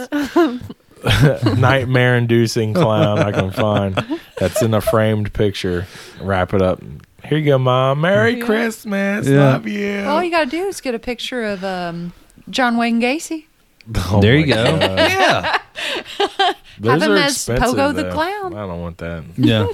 S2: nightmare-inducing clown I can find that's in a framed picture. Wrap it up. Here you go, mom. Merry Christmas.
S3: Yeah.
S2: Love you.
S5: All Oh, you got to do is get a picture of um, John Wayne Gacy.
S2: Oh
S3: there you
S2: my
S3: go.
S2: God.
S3: Yeah.
S2: Those
S5: Have
S2: are
S5: him as
S2: expensive,
S5: Pogo the
S2: though.
S5: Clown.
S2: I don't want that.
S3: Yeah.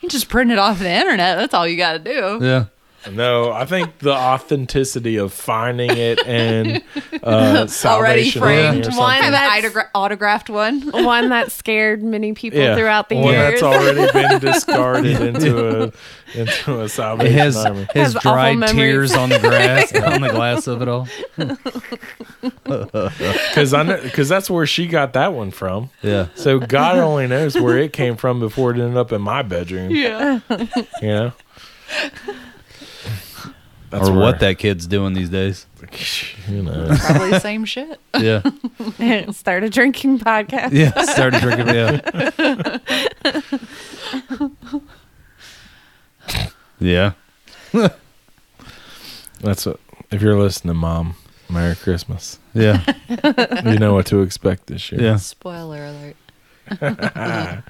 S5: You just print it off the internet. That's all you got to do.
S3: Yeah.
S2: No, I think the authenticity of finding it and uh,
S5: Already
S2: Salvation Army or
S4: Yeah.
S5: framed one,
S2: something.
S5: have
S4: That's-
S5: autogra- autographed one.
S4: one that scared many people
S2: Yeah.
S4: throughout the
S2: One
S4: years.
S2: that's already been discarded into a into a
S3: It
S2: Salvation
S3: has
S2: Army.
S3: has
S4: Has awful
S3: dried
S4: memories.
S3: tears on the grass on the glass of it all.
S2: because I because that's where she got that one from.
S3: Yeah.
S2: So God only knows where it came from before it ended up in my bedroom.
S5: Yeah.
S2: You know. That's
S3: or what
S2: where-
S3: that kid's doing these days.
S2: Who knows?
S5: Probably the same shit.
S3: Yeah.
S4: Start a drinking podcast.
S3: Yeah. Started drinking. Yeah. yeah.
S2: That's what. If you're listening, Mom, Merry Christmas.
S3: Yeah.
S2: You know what to expect this year.
S3: Yeah.
S5: Spoiler alert.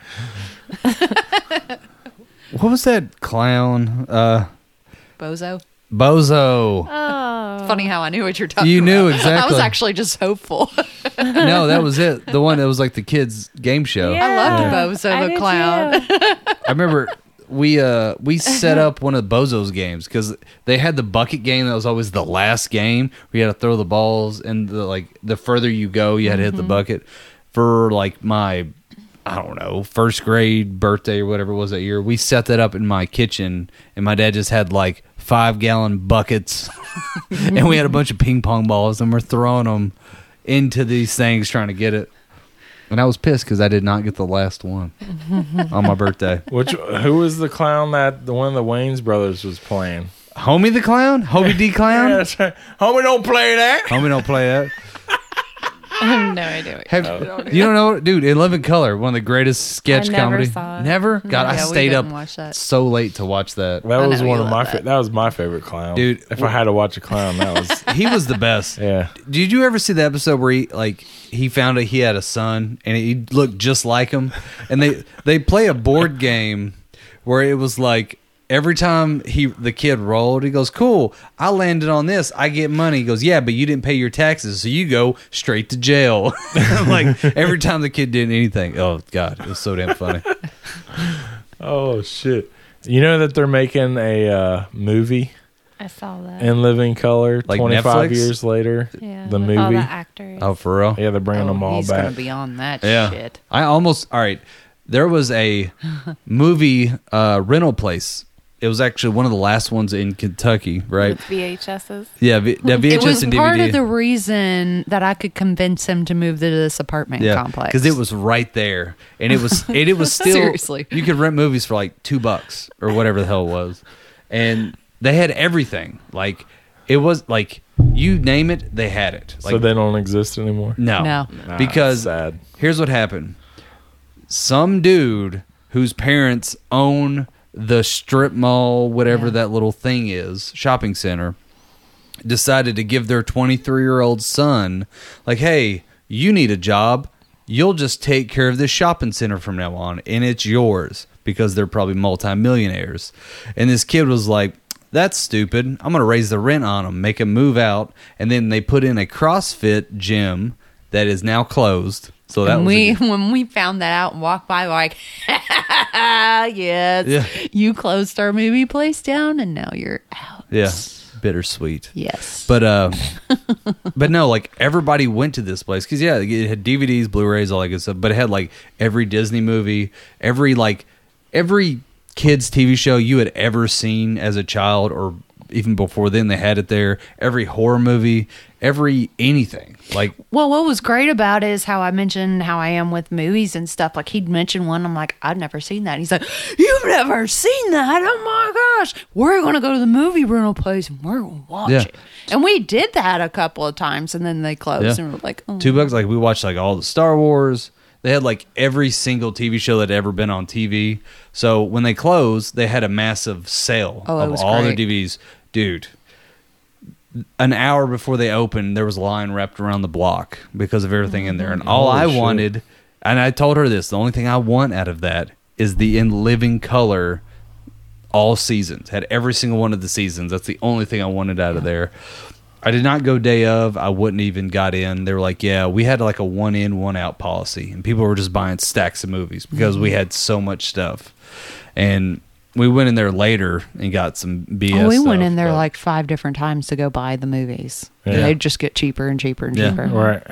S3: What was that clown? Uh,
S5: Bozo.
S3: Bozo.
S4: Oh.
S5: Funny how I knew what you're talking
S3: You
S5: about.
S3: knew
S5: I was
S3: exactly.
S5: actually just hopeful.
S3: No, that was it. The one that was like the kids' game show.
S5: I loved Bozo the Clown.
S3: I remember we uh we set up one of Bozo's games because they had the bucket game that was always the last game. We had to throw the balls, and the like the further you go, you had to hit the bucket. For like my, I don't know, first grade birthday or whatever it was that year, we set that up in my kitchen, and my dad just had like five gallon buckets, and we had a bunch of ping pong balls, and we're throwing them into these things trying to get it. And I was pissed because I did not get the last one on my birthday.
S2: Which who was the clown that the one of the Wayne's brothers was playing?
S3: Homie the clown? Homie D clown?
S2: Yeah, that's right. Homie, don't play that.
S3: Homie don't play that.
S4: I have no idea. What
S3: Have, You don't know, dude? In Love and Color, one of the greatest sketch
S4: never
S3: comedy.
S4: saw it.
S3: Never. God, I
S5: Yeah, we
S3: stayed up
S5: didn't watch that.
S3: so late to watch that.
S2: That
S5: I
S2: was
S5: know,
S2: one
S5: you
S2: of my
S5: love
S2: fa-
S5: that.
S2: that was my favorite clown,
S3: Dude,
S2: If I had to watch a clown, that was
S3: He was the best.
S2: yeah.
S3: Did you ever see the episode where he like he found out he had a son and he looked just like him, and they they play a board game where it was like every time he the kid rolled, he goes, "Cool, I landed on this, I get money." He goes, "Yeah, but you didn't pay your taxes, so you go straight to jail." like every time the kid did anything, oh god, it was so damn funny.
S2: Oh shit! You know that they're making a uh, movie
S4: I saw that.
S2: in Living Color
S3: Like
S2: 25
S3: Netflix?
S2: years later.
S4: yeah,
S2: the
S4: with
S2: movie.
S4: All the actors.
S3: Oh, for real?
S2: yeah, they're bringing them all
S5: he's
S2: back.
S5: gonna be on that
S3: Yeah.
S5: shit.
S3: I almost all right. There was a movie uh, rental place. It was actually one of the last ones in Kentucky, right?
S4: with VHSs.
S3: Yeah, v- yeah VHS
S6: it was
S3: and DVD.
S6: part of the reason that I could convince him to move to this apartment complex.
S3: because it was right there, and it was and it was still
S6: Seriously.
S3: You could rent movies for like two bucks or whatever the hell it was, and they had everything. Like it was like you name it, they had it. Like
S2: so they don't exist anymore.
S3: no,
S6: No.
S3: because
S2: sad.
S3: here's what happened: some dude whose parents own the strip mall, whatever that little thing is, shopping center, decided to give their 23 year old son, like, hey, you need a job. You'll just take care of this shopping center from now on, and it's yours because they're probably multimillionaires. And this kid was like, that's stupid. I'm going to raise the rent on them, make them move out. And then they put in a CrossFit gym that is now closed. So that
S6: and
S3: was
S6: we
S3: a-
S6: when we found that out and walked by like yes
S3: Yeah.
S6: you closed our movie place down and now you're out
S3: yeah, bittersweet.
S6: yes
S3: But uh, but no, like everybody went to this place because yeah, it had DVDs, Blu-rays, all that good stuff. But it had like every Disney movie, every like every kids TV show you had ever seen as a child, or even before then, they had it there. Every horror movie, every anything. Like
S6: well what was great about it is how I mentioned how I am with movies and stuff like he'd mention one I'm like I've never seen that and he's like you've never seen that oh my gosh we're gonna go to the movie rental place and we're gonna watch
S3: Yeah.
S6: it and we did that a couple of times and then they closed
S3: Yeah.
S6: and we're like oh.
S3: two bucks, like we watched like all the Star Wars. They had like every single TV show that had ever been on TV. So when they closed, they had a massive sale
S6: Oh, it
S3: of
S6: was
S3: all
S6: great.
S3: the DVDs, dude. an hour before they opened, there was a line wrapped around the block because of everything in
S6: Oh
S3: there. And all
S2: Holy
S3: I
S2: shit.
S3: wanted, and I told her this, the only thing I want out of that is the in living color all seasons. Had every single one of the seasons. That's the only thing I wanted out of there. I did not go day of. I wouldn't even got in. They were like, "Yeah, we had like a one in, one out policy, and people were just buying stacks of movies because
S6: Mm-hmm.
S3: we had so much stuff." And we went in there later and got some BS.
S6: Oh, we went
S3: stuff,
S6: in there
S3: but-
S6: like five different times to go buy the movies.
S2: Yeah.
S6: They just get cheaper and cheaper and
S3: Yeah.
S6: cheaper.
S2: Right.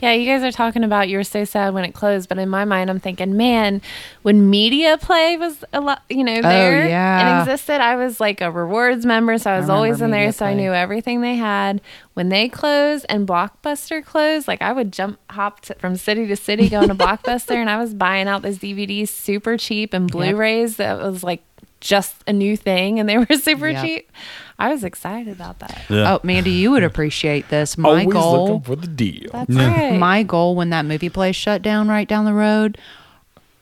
S4: Yeah, you guys are talking about you were so sad when it closed, but in my mind, I'm thinking, man, when media play was a lot, you know, there
S6: Oh, yeah.
S4: and existed, I was like a rewards member, so I was
S6: remember
S4: always in there,
S6: Media
S4: so I
S6: Play.
S4: knew everything they had. When they closed and Blockbuster closed, like I would jump hop to, from city to city going to Blockbuster, and I was buying out those DVDs super cheap and Blu-rays that was like just a new thing, and they were super
S6: Yep.
S4: cheap. I was excited about that.
S6: Oh, Mandy, you would appreciate this. My
S2: Always
S6: goal,
S2: looking for the deal.
S4: That's right.
S6: my goal when that movie place shut down right down the road,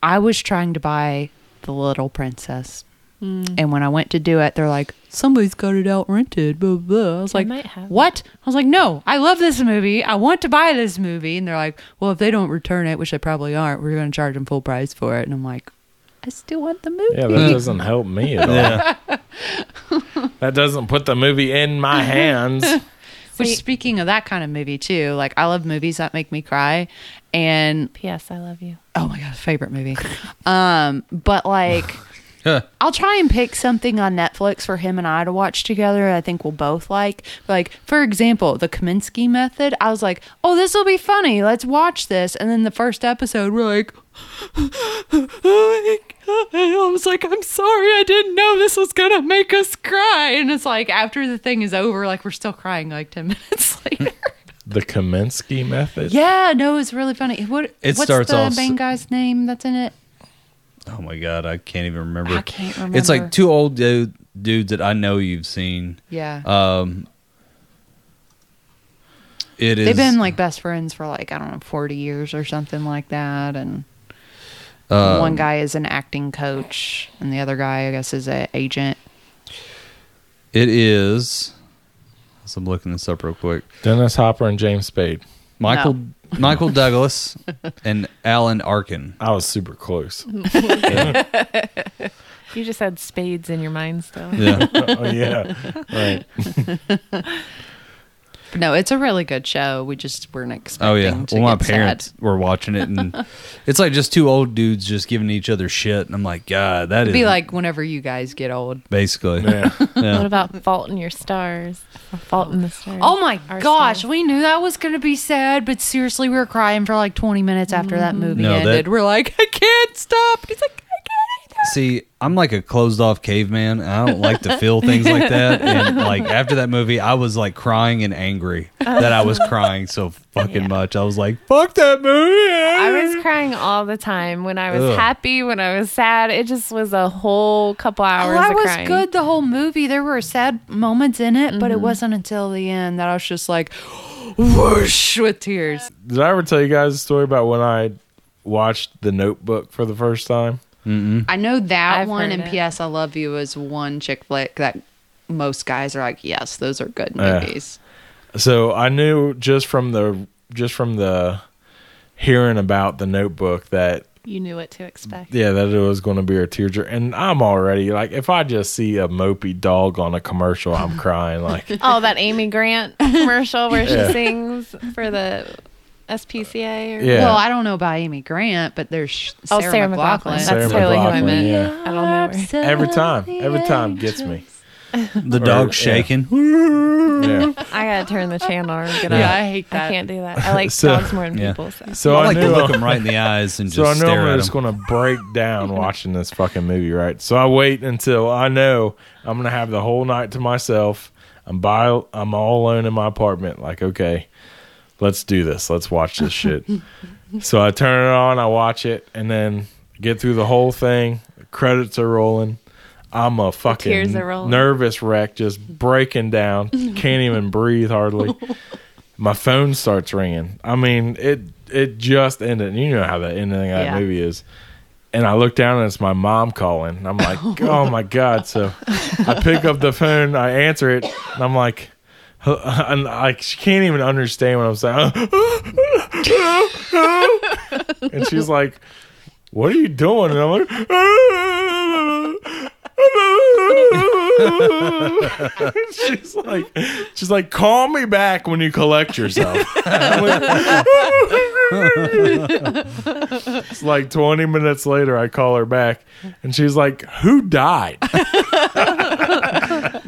S6: I was trying to buy The Little Princess.
S4: Mm.
S6: And when I went to do it, they're like, somebody's got it out rented. Blah, blah. I was like,
S4: might have
S6: what? I was like, no, I love this movie. I want to buy this movie. And they're like, well, if they don't return it, which they probably aren't, we're going to charge them full price for it. And I'm like, I still want the movie.
S2: Yeah,
S3: Hmm.
S2: that doesn't help me at all. that doesn't put the movie in my hands.
S6: Which,
S4: Sweet.
S6: speaking of that kind of movie too, like I love movies that make me cry, and
S4: P.S. I love you.
S6: oh my god, favorite movie. Um, but like, I'll try and pick something on Netflix for him and I to watch together. I think we'll both like. Like for example, the Kaminsky Method. I was like, oh, this will be funny. Let's watch this. And then the first episode, we're like. oh my God. I was like, I'm sorry, I didn't know this was gonna make us cry. And it's like after the thing is over, like we're still crying like ten minutes later.
S2: The Kaminsky method.
S6: Yeah, no, it's really funny. What
S3: It
S6: what's
S3: starts
S6: the
S3: off s-
S6: main guy's name that's in it?
S3: Oh my god, I can't even remember.
S6: I can't
S3: It's
S6: remember.
S3: like two old dude, dudes that I know you've seen.
S6: Yeah.
S3: Um, it is.
S6: They've been like best friends for like I don't know forty years or something like that, and
S3: Um,
S6: one guy is an acting coach, and the other guy, I guess, is an agent.
S3: It is. So I'm looking this up real quick.
S2: Dennis Hopper and James Spade.
S3: Michael Michael Douglas and Alan Arkin.
S2: I was super close.
S4: You just had spades in your mind still.
S3: Yeah.
S2: oh yeah. Right.
S5: But no, it's a really good show. We just weren't
S3: Oh
S5: expecting.
S3: yeah.
S5: to
S3: Well, my
S5: get
S3: parents
S5: sad.
S3: were watching it, and it's like just two old dudes just giving each other shit, and I'm like, God, that is
S5: It'd be like whenever you guys get old.
S3: basically.
S2: Yeah.
S4: What about Fault in Your Stars? Or Fault in the Stars.
S5: Oh my
S4: Our
S5: gosh,
S4: Stars.
S5: we knew that was going to be sad, but seriously, we were crying for like 20 minutes after that movie
S3: No, that-
S5: ended. we're like, I can't stop. And he's like, I can't either.
S3: See, I'm like a closed off caveman. and I don't like to feel things like that. And like after that movie, I was like crying and angry that I was crying so fucking much. I was like, fuck that movie.
S4: I was crying all the time when I was
S3: Ugh.
S4: happy, when I was sad. It just was a whole couple hours
S5: Well, that
S4: of
S5: was
S4: crying.
S5: good the whole movie. There were sad moments in it, but it wasn't until the end that I was just like, whoosh with tears.
S2: Did I ever tell you guys a story about when I watched The Notebook for the first time?
S5: I know that
S4: I've
S5: one
S4: heard
S5: and
S4: it.
S5: P.S. I Love You is one chick flick that most guys are like, yes, those are good
S3: Uh,
S2: Yeah.
S5: movies.
S2: So I knew just from the just from the hearing about The Notebook that
S4: You knew what to expect.
S2: yeah that it was going to be a tearjerker. And I'm already like if I just see a mopey dog on a commercial, I'm crying like
S4: Oh, that Amy Grant commercial where she sings for the SPCA. Or-
S2: yeah.
S5: Well, I don't know about Amy Grant, but there's Sh-
S4: Oh,
S5: Sarah,
S4: Sarah
S5: McLaughlin.
S4: McLachlan. That's
S2: Sarah
S4: totally who I
S2: McLachlan,
S4: meant.
S2: yeah.
S4: I don't know. her.
S2: every time, every time gets me. yeah.
S3: The dog's shaking.
S2: Yeah.
S4: I gotta turn the channel and get
S5: Yeah,
S4: out.
S5: I hate that.
S4: I can't do that. I like
S2: So-
S4: dogs more than
S3: yeah.
S4: people. So.
S2: So
S3: I
S2: I,
S3: like
S2: knew
S3: to look
S2: I-
S3: him right in the eyes and
S2: So
S3: just
S2: I know
S3: stare
S2: I'm
S3: at
S2: just
S3: him.
S2: going to break down watching this fucking movie, right? So I wait until I know I'm going to have the whole night to myself. I'm by I'm all alone in my apartment. Like, okay, let's do this. Let's watch this shit. so I turn it on, I watch it, and then get through the whole thing. Credits are rolling. I'm a fucking
S4: tears are rolling.
S2: nervous wreck, just breaking down. Can't even breathe hardly my phone starts ringing. I mean, it it just ended. You know how that ending of that
S5: Yeah.
S2: movie is. And I look down and it's my mom calling. And I'm like, oh my god! So I pick up the phone, I answer it, and I'm like, and like she can't even understand what I'm saying. and she's like, what are you doing? And I'm like, she's like, she's like, call me back when you collect yourself. I'm like- it's like 20 minutes later, I call her back and she's like, who died? and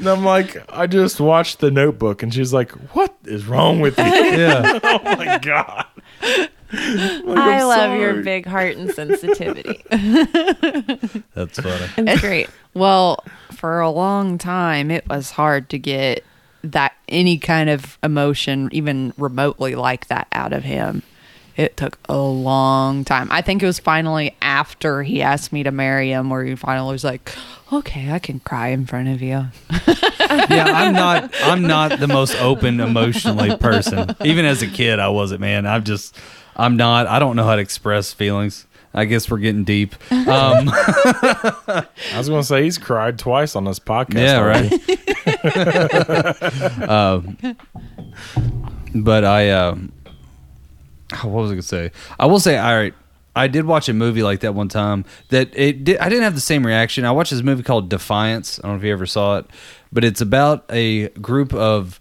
S2: I'm like, I just watched the notebook. And she's like, what is wrong with you?
S3: yeah.
S2: oh my God. Like,
S4: I
S2: I'm
S4: love your
S2: sorry.
S4: big heart and sensitivity.
S3: That's funny.
S4: It's great.
S5: Well, for a long time, it was hard to get that any kind of emotion, even remotely like that, out of him. It took a long time. I think it was finally after he asked me to marry him where he finally was like, okay, I can cry in front of you.
S3: yeah, I'm not. I'm not the most open emotionally person. Even as a kid, I wasn't. Man, I'm just. I'm not. I don't know how to express feelings. I guess we're getting deep. Um,
S2: I was going to say, he's cried twice on this podcast.
S3: yeah,
S2: already.
S3: right. um, but I. Um, what was I gonna say? I will say, all right. I did watch a movie like that one time that it did, I didn't have the same reaction. I watched this movie called Defiance. I don't know if you ever saw it, but it's about a group of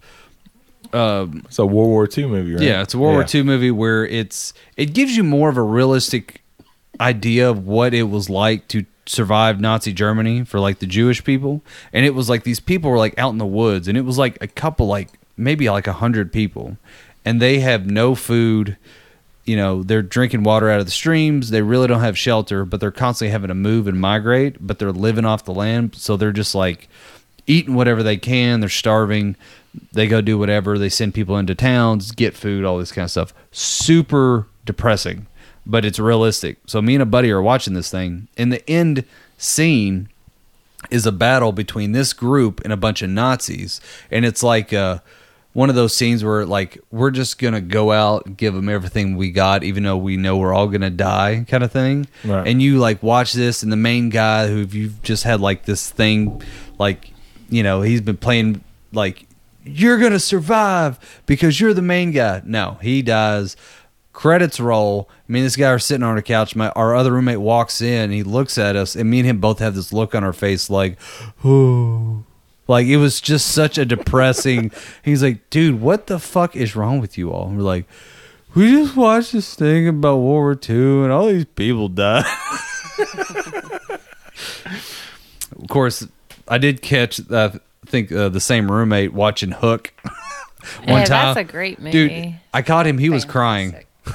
S2: It's a World War II movie, right?
S3: Yeah, it's a World War II movie where it's it gives you more of a realistic idea of what it was like to survive Nazi Germany for like the Jewish people, and it was like these people were like out in the woods, and it was like a couple, like maybe like a hundred people, and they have no food. You know, they're drinking water out of the streams. They really don't have shelter, but they're constantly having to move and migrate, but they're living off the land. So they're just like eating whatever they can. They're starving. They go do whatever. They send people into towns, get food, all this kind of stuff. Super depressing, but it's realistic. So me and a buddy are watching this thing. In the end scene, is a battle between this group and a bunch of Nazis, and it's like uh, one of those scenes where like we're just gonna go out, and give them everything we got, even though we know we're all gonna die, kind of thing.
S2: Right.
S3: And you like watch this, and the main guy who you've just had like this thing, like you know he's been playing like you're gonna survive because you're the main guy. No, he dies. Credits roll. Me and this guy are sitting on our couch. My our other roommate walks in. He looks at us, and me and him both have this look on our face, like, oh, Like it was just such a depressing. he's like, dude, what the fuck is wrong with you all? And we're like, we just watched this thing about World War II and all these people died. of course, I did catch. uh, I think uh, the same roommate watching Hook. One
S4: Yeah, that's
S3: time,
S4: a great
S3: dude.
S4: movie.
S3: I caught him. He was crying.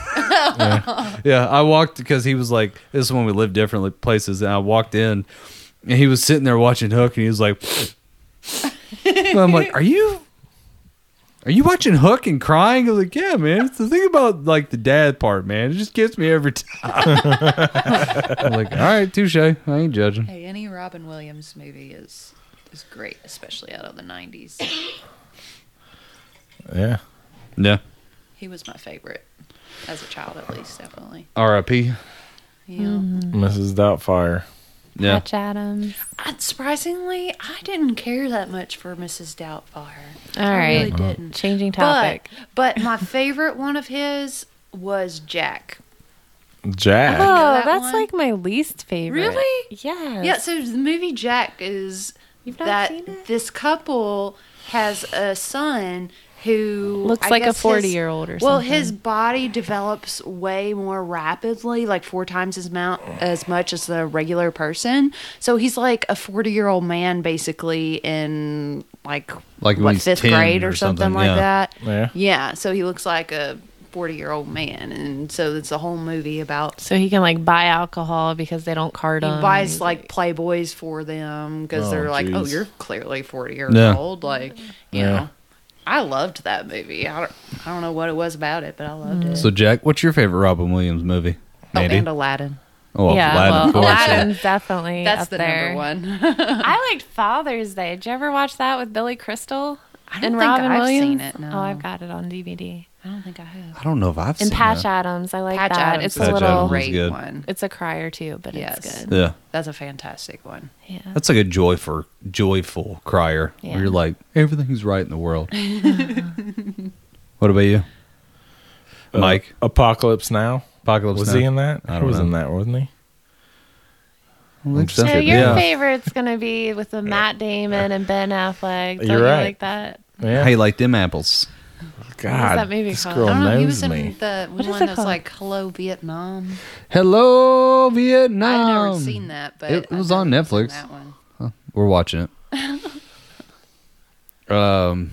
S3: Yeah, I walked because he was like, this is when we lived different places. And I walked in and he was sitting there watching Hook and he was like, And I'm like, are you, are you watching Hook and crying? I was like, yeah, man. It's the thing about like the dad part, man. It just gets me every time. I'm like, all right, touche. I ain't judging.
S6: Hey, any Robin Williams movie is is great, especially out of the '90s.
S2: Yeah.
S3: Yeah.
S6: He was my favorite as a child, at least, definitely.
S3: RIP.
S6: Yeah.
S5: Mm-hmm.
S2: Mrs. Doubtfire.
S3: Yeah.
S4: Patch Adams.
S6: I, surprisingly, I didn't care that much for Mrs. Doubtfire.
S4: All
S6: I
S4: right.
S6: really didn't.
S4: Changing
S6: But,
S4: topic.
S6: but my favorite one of his was Jack.
S2: Jack.
S4: oh,
S6: know that
S4: that's
S6: one.
S4: like my least favorite.
S6: Really?
S4: Yes.
S6: Yeah, so the movie Jack is
S4: You've not
S6: that
S4: seen it?
S6: this couple has a son who
S4: Looks
S6: I
S4: like a
S6: guess his-
S4: 40-year-old or
S6: Well,
S4: something.
S6: his body develops way more rapidly, like four times as mount as much as the regular person. So he's like a forty-year-old man, basically in like
S3: Like when
S6: what,
S3: he's
S6: fifth
S3: 10
S6: grade
S3: or
S6: or something,
S3: something,
S6: like
S3: yeah.
S6: that.
S2: Yeah.
S6: Yeah. So he looks like a forty-year-old man, and so it's a whole movie about
S4: So he can like buy alcohol because they don't card
S6: he
S4: him.
S6: buys like Playboys for them because
S2: Oh,
S6: they're like, oh,
S2: geez.
S6: you're clearly 40 years
S3: Yeah.
S6: old. Like, you
S2: Yeah.
S6: know, I loved that movie. I don't, I don't know what it was about it, but I loved
S5: Mm.
S6: it.
S3: So, Jack, what's your favorite Robin Williams movie?
S6: oh,
S3: Mandy?
S6: and Aladdin.
S3: Oh,
S4: yeah,
S3: Aladdin,
S4: well,
S3: of course.
S4: Aladdin's definitely
S6: That's
S4: up
S6: the
S4: there.
S6: number one.
S4: I liked Father's Day. Did you ever watch that with Billy Crystal
S6: don't think I've seen it, no.
S4: Oh, I've got it on DVD.
S6: I don't think I have.
S3: I don't know if I've seen
S4: And Patch
S3: that.
S4: Adams, I like
S6: Patch
S4: that.
S6: Adams
S4: it's
S6: is
S4: a
S3: Patch
S4: little,
S3: Adams.
S6: great
S3: good.
S6: one.
S4: it's a crier too, but it's
S6: Yes.
S4: good.
S3: Yeah.
S6: That's a fantastic one.
S4: Yeah.
S3: That's like a joyful, joyful crier.
S4: Yeah.
S3: Where you're like, everything's right in the world. what about you, Mike?
S2: Apocalypse Now.
S3: Apocalypse
S2: Uh, Was
S3: Now?
S2: he in that?
S3: I
S2: he
S3: don't
S2: was
S3: know.
S2: in that, wasn't he?
S3: I don't think
S2: So
S4: So
S2: Good.
S4: your
S3: yeah.
S4: favorite's gonna be with the Matt Damon and Ben Affleck. Don't
S2: You're
S4: you
S2: right.
S4: like that?
S2: Yeah.
S3: How you like them apples?
S2: God,
S4: that movie
S2: this
S4: called?
S2: girl
S4: I
S6: I don't know. He
S2: knows
S6: was in
S2: me.
S6: the
S4: What is
S6: one
S4: it
S6: that's
S4: called?
S6: like, hello, Vietnam.
S3: Hello, Vietnam.
S6: I've never seen that, but
S3: it
S6: I
S3: was
S6: know
S3: on
S6: it
S3: Netflix.
S6: that one.
S3: We're watching it. um,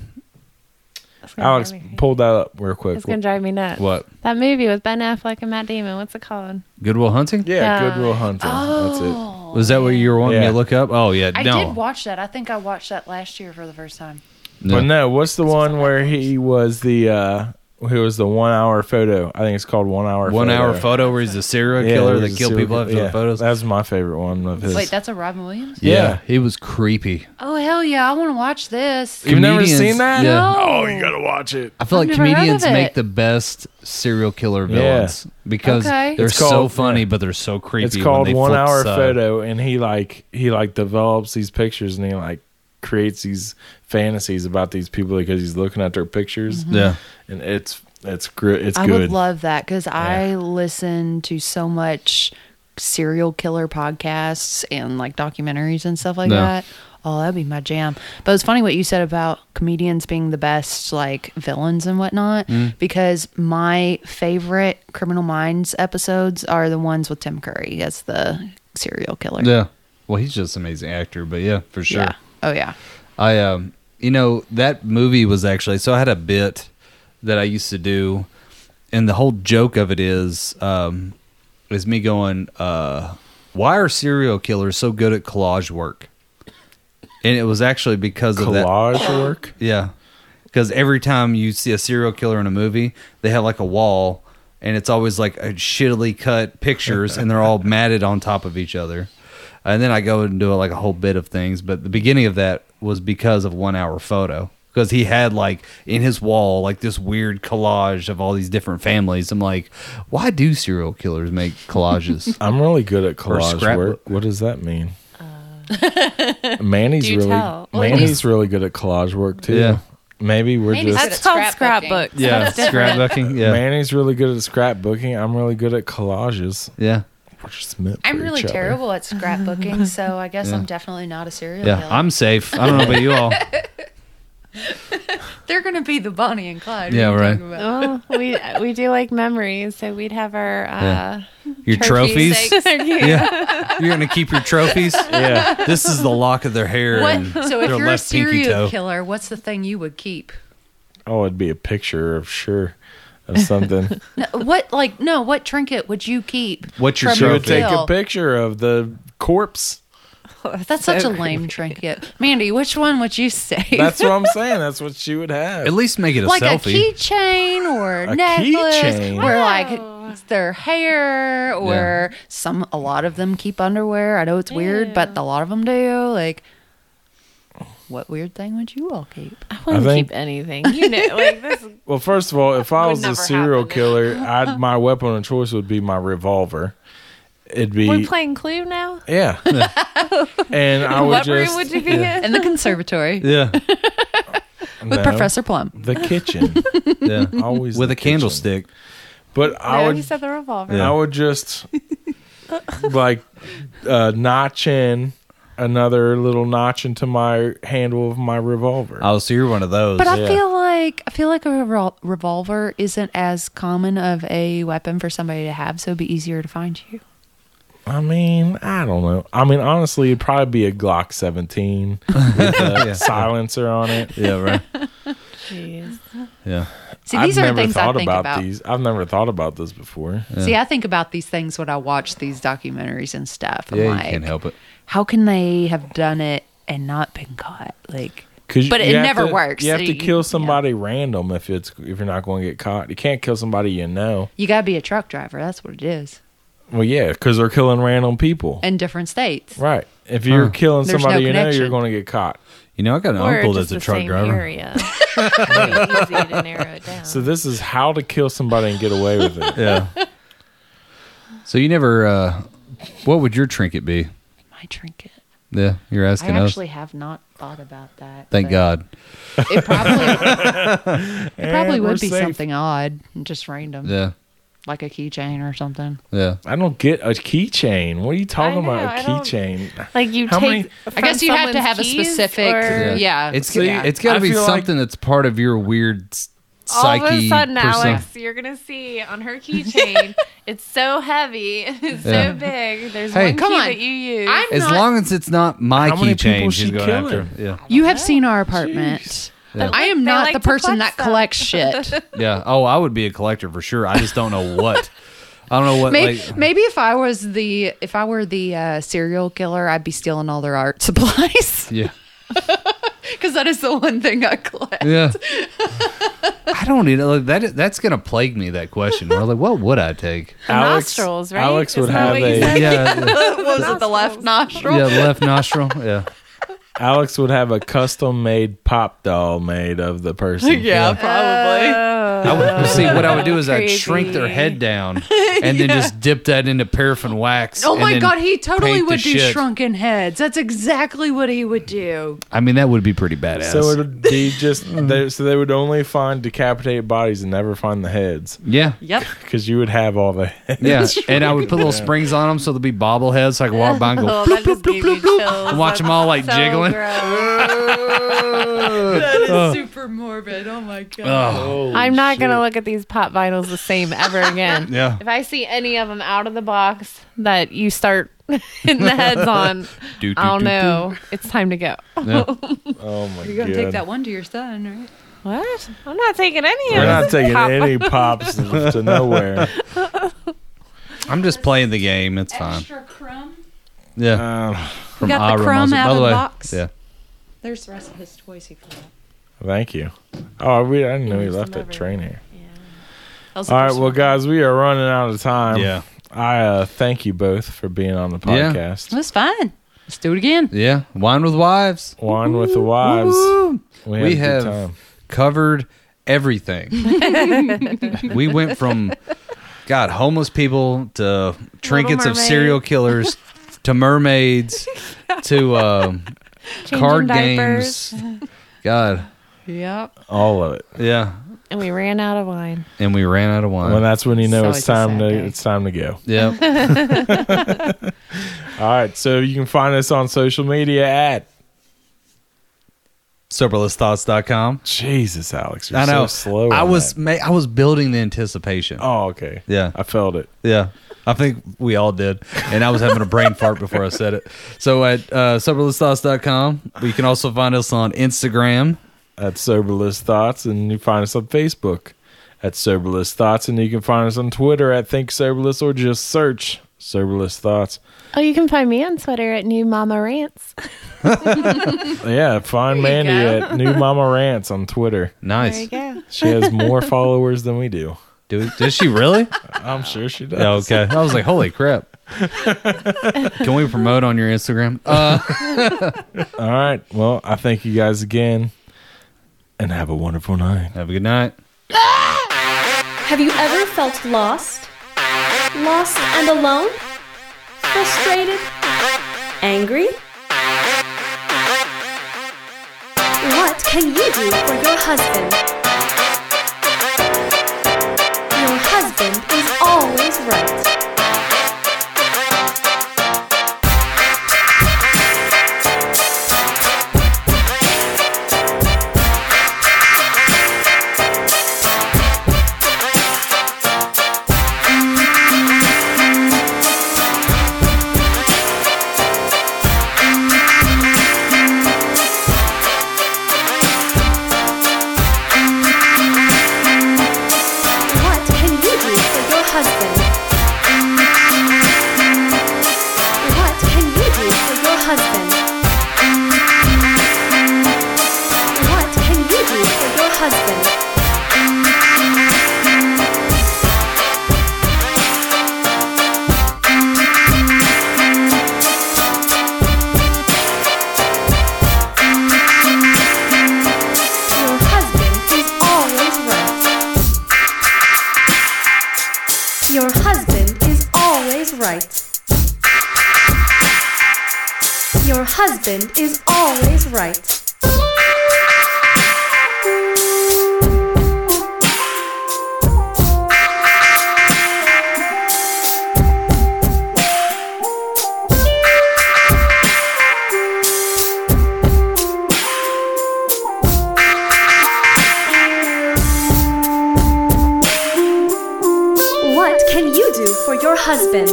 S4: It's gonna
S2: Alex
S4: drive me-
S2: pulled that up real quick.
S4: It's gonna drive me nuts.
S3: what?
S4: That movie with Ben Affleck and Matt Damon. What's it called?
S3: Goodwill Hunting?
S2: yeah,
S4: Yeah.
S2: Goodwill Hunting. That's
S6: Oh,
S3: Was that what you were wanting me
S2: Yeah.
S3: to look up? Oh yeah,
S6: I
S3: no.
S6: did watch that. I think I watched that last year for the first time.
S2: it. But no, what's the one where he was the uh who was the one hour photo? I think it's called one hour.
S3: One
S2: photo.
S3: hour photo where he's a serial
S2: Yeah,
S3: killer
S2: he was
S3: that
S2: a
S3: killed
S2: serial
S3: people
S2: killer.
S3: after
S2: yeah,
S3: the photos.
S2: That's my favorite one of his.
S6: Wait, that's a Robin Williams?
S2: Yeah.
S3: he was creepy.
S6: Oh, hell yeah. I want to watch this.
S2: You've never
S3: Comedians-
S2: seen that?
S3: Yeah.
S6: No.
S2: Oh, you gotta watch it.
S3: I feel
S6: I've
S3: like
S6: never heard of
S3: comedians make
S6: it.
S3: the best serial killer villains because
S6: Okay.
S3: they're
S2: It's
S3: so
S2: called-
S3: funny,
S2: yeah.
S3: but they're so creepy.
S2: It's called
S3: when they
S2: one
S3: flip
S2: hour
S3: side.
S2: photo, and he like he like develops these pictures, and he like creates these fantasies about these people because he's looking at their pictures.
S3: Yeah,
S2: and it's it's gr- it's
S6: Mm-hmm. I
S2: good.
S6: would love that because I listen to so much serial killer podcasts and like documentaries and stuff like
S3: Yeah.
S6: that. Oh, that'd be my jam. But it's funny what you said about comedians being the best like villains and whatnot
S3: Mm-hmm.
S6: because my favorite Criminal Minds episodes are the ones with Tim Curry as the serial killer.
S3: yeah. Well, he's just an amazing actor, but yeah, for sure.
S6: Yeah. Oh, yeah.
S3: I um you know that movie was actually so I had a bit that I used to do and the whole joke of it is um is me going uh why are serial killers so good at collage work? And it was actually because of that
S2: collage work.
S3: yeah. Because every time you see a serial killer in a movie, they have like a wall, and it's always like a shittily cut pictures, and they're all matted on top of each other. And then I go and do like a whole bit of things, but the beginning of that was because of one hour photo. Because he had like in his wall like this weird collage of all these different families. I'm like, why do serial killers make collages?
S2: I'm really good at collage
S3: scrapbook.
S2: work. What does that mean?
S6: Uh,
S2: Manny's
S4: Do you
S2: really
S4: tell? Well,
S2: Manny's really good at collage work too.
S3: Yeah.
S2: Maybe we're
S6: Manny's
S2: just
S6: good
S4: That's
S6: That's
S4: called
S6: scrapbooking.
S4: scrapbooks.
S3: yeah, scrapbooking. Yeah,
S2: Manny's really good at scrapbooking. I'm really good at collages.
S3: yeah.
S2: We're just meant
S6: I'm
S2: for
S6: really
S2: each
S3: eh?
S2: other.
S6: terrible at scrapbooking, so I guess I'm definitely not a serial
S3: Yeah,
S6: killer.
S3: I'm safe. I don't know about you all.
S6: They're gonna be the Bonnie and Clyde.
S3: Yeah,
S6: What are you
S3: right.
S6: talking about?
S4: Oh, we we do like memories, so we'd have our uh,
S3: Your trophies.
S4: trophies.
S3: Yeah, you're gonna keep your trophies.
S2: Yeah.
S3: This is the lock of their hair. And
S6: What? So if
S3: their
S6: you're a
S3: left pinky
S6: serial
S3: toe.
S6: killer, what's the thing you would keep?
S2: Oh, it'd be a picture of sure of something.
S6: No, what like no? What trinket would you keep?
S3: What's your
S6: from
S2: she would
S3: trophy?
S2: take a
S6: kill?
S2: picture of the corpse.
S6: That's such a lame trinket, Mandy. Which one would you say?
S2: That's what I'm saying. That's what she would have.
S3: At least make it a
S6: like
S3: selfie.
S6: a keychain or a
S2: A
S6: necklace
S2: keychain?
S6: or like their hair or some a lot of them keep underwear i know it's weird but a lot of them do like what weird thing would you all keep
S4: I wouldn't
S2: think-
S4: keep anything. You know, like this.
S2: Well, first of all, if I
S4: Would
S2: was a
S4: never
S2: serial
S4: happen.
S2: killer, I'd, my weapon of choice would be my revolver. It'd be
S4: We're playing Clue now.
S2: yeah, and I would
S4: What
S2: just
S4: room would you be in?
S6: in the conservatory
S3: yeah,
S2: no,
S6: with professor plum
S2: the kitchen
S3: yeah.
S2: always
S3: With
S2: the
S3: a
S2: kitchen.
S3: candlestick.
S2: But I
S4: no,
S2: would
S4: you said the revolver.
S3: Yeah.
S2: I would just like uh, notch in another little notch into my handle of my revolver.
S3: Oh, so you're one of those.
S6: but i
S2: Yeah.
S6: feel like i feel like a revol- revolver isn't as common of a weapon for somebody to have so it'd be easier to find you
S2: I mean, I don't know. I mean, honestly, it'd probably be a Glock 17 with a silencer on it.
S3: yeah, right.
S4: Jeez.
S3: Yeah.
S6: see these
S2: I've
S6: are
S2: never
S6: things i
S2: thought
S6: think about,
S2: about, these. I've never thought about this before.
S6: see i think about these things when i watch these documentaries and stuff I'm
S3: Yeah,
S6: like,
S3: you can't help it.
S6: how can they have done it and not been caught? Like,
S2: 'Cause
S6: But
S2: you
S6: it
S2: have
S6: never
S2: to-
S6: works.
S2: You have to
S6: You-
S2: kill
S6: yeah.
S2: somebody random if it's if you're not going to get caught. You can't kill somebody you know.
S6: you gotta be a truck driver. That's what it is.
S2: Well, yeah, because they're killing random people.
S6: In different states.
S2: Right. If you're
S3: Huh.
S2: killing
S6: There's
S2: somebody
S6: no
S2: you know, you're
S6: connection.
S2: going to get caught.
S3: You know, I got an
S4: Or
S3: uncle
S4: just
S3: that's a
S4: the
S3: truck
S4: same
S3: driver.
S4: Area. Pretty easy to narrow it down.
S2: So this is how to kill somebody and get away with it.
S3: Yeah. so you never. uh What would your trinket be?
S6: My trinket.
S3: Yeah, you're
S6: I
S3: asking us.
S6: actually have not thought about that.
S3: Thank
S6: but
S3: God.
S6: It probably, it probably
S2: And we're
S6: would be
S2: safe.
S6: something odd, just random,
S3: Yeah.
S6: like a keychain or something.
S3: Yeah.
S2: I don't get a keychain. What are you talking
S4: know,
S2: about? A
S4: I don't-
S2: keychain.
S4: like you
S2: How
S4: take.
S2: many-
S6: I guess
S4: from
S6: you have to
S4: someone's
S6: have a
S4: keys,
S6: specific-
S4: or-
S6: Yeah.
S3: It's
S6: See,
S3: it's got
S2: I
S3: to be
S2: feel like-
S3: something that's part of your weird s-
S4: All
S3: psyche.
S4: of a sudden,
S3: person-
S4: Alex, you're gonna see on her keychain. it's so heavy. It's
S3: Yeah.
S4: so big. There's
S3: Hey,
S4: one
S6: come
S4: key
S6: on.
S4: that you use.
S6: I'm
S3: As
S6: not-
S3: long as it's not my
S2: How many people
S3: keychain,
S2: she
S3: she's going after.
S2: killing?
S3: Yeah.
S6: You have seen our apartment. I am
S4: they
S6: not
S4: like
S6: the
S4: to
S6: person that
S4: collect stuff.
S6: collects shit.
S3: Yeah. Oh, I would be a collector for sure. I just don't know what. I don't know what.
S6: Maybe,
S3: like,
S6: maybe if I was the if I were the uh, serial killer, I'd be stealing all their art supplies
S3: yeah.
S6: because that is the one thing I collect.
S3: Yeah. I don't even like that. That's gonna plague me. That question. We're like, what would I take?
S4: nostrils, right?
S2: Alex would
S4: Isn't that
S2: have
S4: what you
S2: a
S4: said?
S3: Yeah.
S6: was it the left nostril?
S3: Yeah. Left nostril. Yeah.
S2: Alex would have a custom made pop doll made of the person.
S6: probably.
S3: I would see what I would do is I'd
S4: Creepy.
S3: shrink their head down and then just dip that into paraffin wax.
S6: oh
S3: and
S6: my
S3: then
S6: god, he totally
S3: paint the
S6: would do
S3: shit.
S6: shrunken heads. That's exactly what he would do.
S3: I mean, that would be pretty badass.
S2: So it would be just
S4: Mm.
S2: they, so they would only find decapitated bodies and never find the heads
S3: yeah.
S6: Yep.
S2: because you would have all the heads.
S3: Yeah, and I would put little springs on them so they'd be bobbleheads. So I could walk by and go
S4: Oh,
S3: bloop,
S4: that
S3: bloop,
S4: just
S3: bloop,
S4: gave me
S3: bloop, bloop,
S4: chills.
S3: and watch them all like jiggling.
S6: That is super morbid. Oh my god.
S4: I'm not gonna look at these pop vinyls the same ever again.
S3: Yeah.
S4: If I see any of them out of the box that you start hitting the heads on,
S3: Do, do,
S4: I'll
S3: do, do.
S4: know it's time to go.
S2: Oh my
S6: You're
S2: god!
S6: gonna take that one to your son, right?
S4: What? I'm not taking any
S2: We're
S4: of
S2: not
S4: this
S2: taking
S4: pop-
S2: any pops to nowhere.
S3: I'm just playing the game. It's fine.
S6: crumb.
S3: Yeah,
S2: Um,
S3: from
S6: got the
S3: Ira
S6: crumb
S3: Mazza.
S6: out
S3: By
S6: of
S3: the
S6: the
S3: way,
S6: box?
S3: yeah,
S6: There's the rest of his toys he forgot.
S2: thank you. Oh, we, I didn't know he
S4: moves
S2: left
S4: them
S2: that
S4: over.
S2: train here.
S6: That was the
S2: All right,
S6: first
S2: well,
S6: one.
S2: guys, we are running out of time.
S3: Yeah.
S2: I uh, thank you both for being on the
S3: Yeah.
S2: podcast.
S6: It was fun. Let's do it again.
S3: yeah. Wine with wives.
S2: Wine with the wives.
S3: Woo!
S2: We,
S3: We
S2: had a
S3: have
S2: good time.
S3: covered everything. we went from God homeless people to trinkets of
S4: Mermaid.
S3: serial killers to mermaids to um,
S4: Changing
S3: card
S4: diapers.
S3: games. God,
S5: Yep.
S2: all of it.
S3: Yeah.
S4: And we ran out of wine.
S3: And we ran out of wine.
S2: Well, that's when you know
S6: So
S2: it's
S6: it's a
S2: time
S6: sad
S2: to
S6: day.
S2: it's time to go.
S3: yeah.
S2: All right, so you can find us on social media at
S3: Soberlessthoughts.com.
S2: Jesus, Alex. You're
S3: I know.
S2: So slow.
S3: I
S2: on
S3: was
S2: that.
S3: ma- I was building the anticipation.
S2: Oh, okay.
S3: Yeah.
S2: I felt it.
S3: Yeah. I think we all did. And I was having a brain fart before I said it. So at uh, soberlessthoughts.com. You can also find us on Instagram.
S2: At Soberless Thoughts, and you find us on Facebook at Soberless Thoughts, and you can find us on Twitter at Think Soberless, or just search Soberless Thoughts.
S4: Oh, you can find me on Twitter at New Mama Rants.
S2: Yeah, find Mandy at New Mama Rants on Twitter.
S4: There you
S3: Nice.
S4: go.
S2: She has more followers than we do.
S3: Dude, did she really?
S2: I'm sure she does.
S3: Yeah, okay. I was like, holy crap. Can we promote on your Instagram? Uh,
S2: All right. Well, I thank you guys again, and have a wonderful night.
S3: have a good night.
S7: Have you ever felt lost? Lost and alone? Frustrated? Angry? What can you do for your husband? Your husband is always right. What can you do for your husband? What can you do for your husband? What can you do for your husband? Your husband is always right. Your husband is always right. Your husband is always right. What can you do for your husband?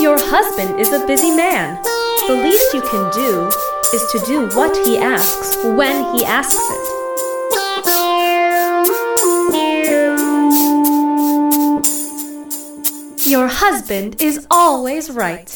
S7: Your husband is a busy man. The least you can do is to do what he asks when he asks it. Your husband is always right.